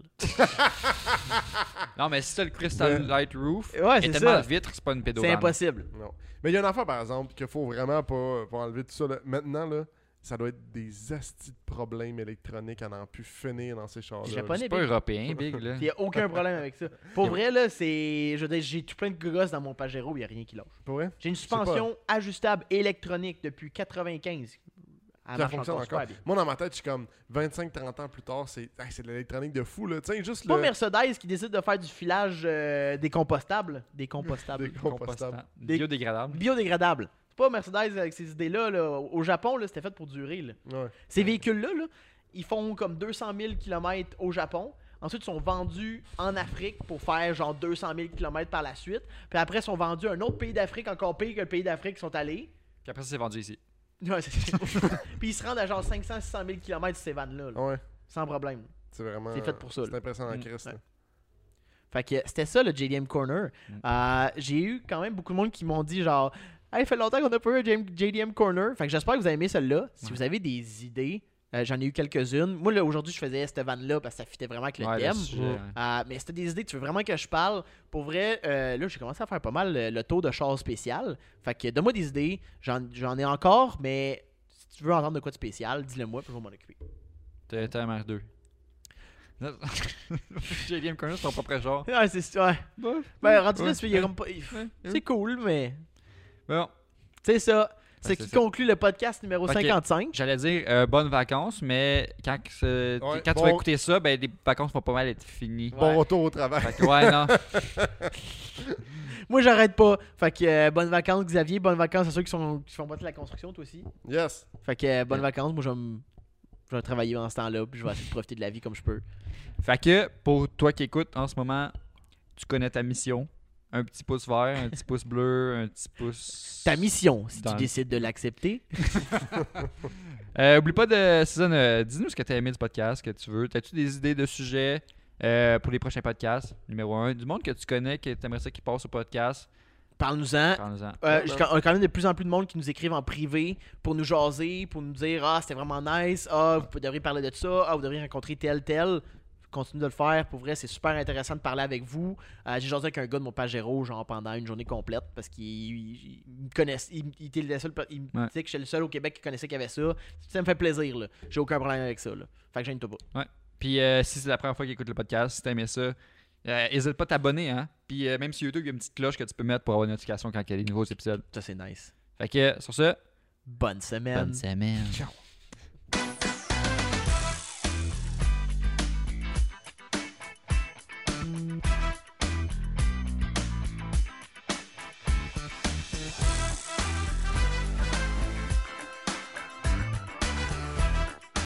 non mais si t'as le Crystal
Ouais.
Light Roof
Ouais,
et
c'est
tellement
ça.
de vitres c'est pas une pédo
C'est impossible.
Non. Mais il y a une affaire, par exemple, qu'il faut vraiment pas, pas enlever tout ça. là. Maintenant, là, ça doit être des astis de problèmes électroniques à n'en plus finir dans ces chars-là.
Les
là.
Japonais,
c'est pas européen big là
Il n'y a aucun problème avec ça. Pour vrai, là, c'est. Je veux dire, j'ai tout plein de gosses dans mon Pajero, il n'y a rien qui lâche.
Pour vrai?
J'ai une
pas.
suspension ajustable électronique depuis 95. Elle
Ça
marche
fonctionne
encore
encore.
super bien.
Moi, dans ma tête, je suis comme 25-30 ans plus tard, c'est ah, c'est de l'électronique de fou. Là. Tiens, juste
C'est pas
le.
Mercedes qui décide de faire du filage euh, décompostable. Décompostable.
Décompostable.
Des-
Biodégradable.
Biodégradable. C'est pas Mercedes avec ces idées-là. là. Au Japon, là, c'était fait pour durer. là.
Ouais.
Ces véhicules-là, là, ils font comme 200 000 km au Japon. Ensuite, ils sont vendus en Afrique pour faire genre 200 000 km par la suite. Puis après, ils sont vendus à un autre pays d'Afrique, encore pire que le pays d'Afrique, ils sont allés.
Puis après, ça s'est vendu ici.
Ouais, c'est- Puis ils se rendent à genre 500 600 000 km ces vannes-là, là,
Ouais.
sans problème.
C'est vraiment.
C'est fait pour ça,
C'est
là.
impressionnant en
Mm.
Christ.
Ouais.
là.
Fait que c'était ça le JDM Corner.
Mm.
Euh, j'ai eu quand même beaucoup de monde qui m'ont dit genre Hey, fait longtemps qu'on n'a pas eu un JM JDM Corner. Fait que j'espère que vous avez aimé celle-là. Si vous avez des idées, euh, j'en ai eu quelques-unes. Moi là aujourd'hui je faisais cette vanne là parce que ça fitait vraiment avec le
Ouais, le
thème.
sujet, ouais.
Euh, mais si t'as des idées que tu veux vraiment que je parle, pour vrai, euh, là j'ai commencé à faire pas mal euh, le, taux de char spécial. Fait que donne-moi des idées, j'en, j'en ai encore, mais si tu veux entendre de quoi de spécial, dis-le moi, puis je vais m'en occuper.
T'es t'es MR2. J.D.M. Corner, c'est ton propre genre.
Ouais, c'est ça. ouais. Ben, rendu là,
ouais,
tu fais, il y a comme pas- c'est cool, mais
Bon,
c'est ça.
Ben,
C'est
c'est
qui
ça.
conclut le podcast numéro
Ok.
55.
j'allais dire euh, bonnes vacances, mais quand, que ce-
Ouais,
quand tu
bon.
vas écouter ça, ben, les vacances vont pas mal être finies.
Bon retour au travail.
Fait que, ouais, non.
Moi, j'arrête pas. Fait que euh, bonnes vacances, Xavier. Bonnes vacances à ceux qui, sont, qui font pas de la construction, toi aussi.
Yes.
Fait que euh, bonnes
Ouais.
vacances. Moi, je vais me- je vais travailler en ce temps-là, puis je vais essayer de profiter de la vie comme je peux.
Fait que, pour toi qui écoutes en ce moment, tu connais ta mission. Un petit pouce vert, un petit pouce bleu, un petit pouce.
Ta mission, si
Dans-
tu décides de l'accepter.
Euh, oublie pas de. Susan, euh, dis-nous ce que tu as aimé du podcast, que tu veux. T'as-tu des idées de sujets euh, pour les prochains podcasts Numéro un, du monde que tu connais, que tu aimerais ça qui passe au podcast.
Parle-nous-en.
Parle-nous-en.
Euh, j'ai quand- on a quand même de plus en plus de monde qui nous écrivent en privé pour nous jaser, pour nous dire Ah, c'était vraiment nice, ah, vous devriez parler de ça, ah, vous devriez rencontrer tel, tel. Continue de le faire, pour vrai, c'est super intéressant de parler avec vous. Euh, J'ai jasé avec un gars de mon Pagero, genre pendant une journée complète, parce qu'il il- il me connaissait, il, il était le seul, il me
Ouais.
disait que j'étais le seul au Québec qui connaissait qu'il y avait ça. Ça me fait plaisir, là. J'ai aucun problème avec ça, là. Fait que gêne-toi pas.
Puis euh, si c'est la première fois qu'il écoute le podcast, si t'as aimé ça, euh, n'hésite pas à t'abonner. Hein? Puis euh, même sur YouTube, il y a une petite cloche que tu peux mettre pour avoir une notification quand il y a des nouveaux épisodes.
Ça, c'est nice.
Fait que, euh, sur ce,
Bonne semaine.
semaine.
Ciao.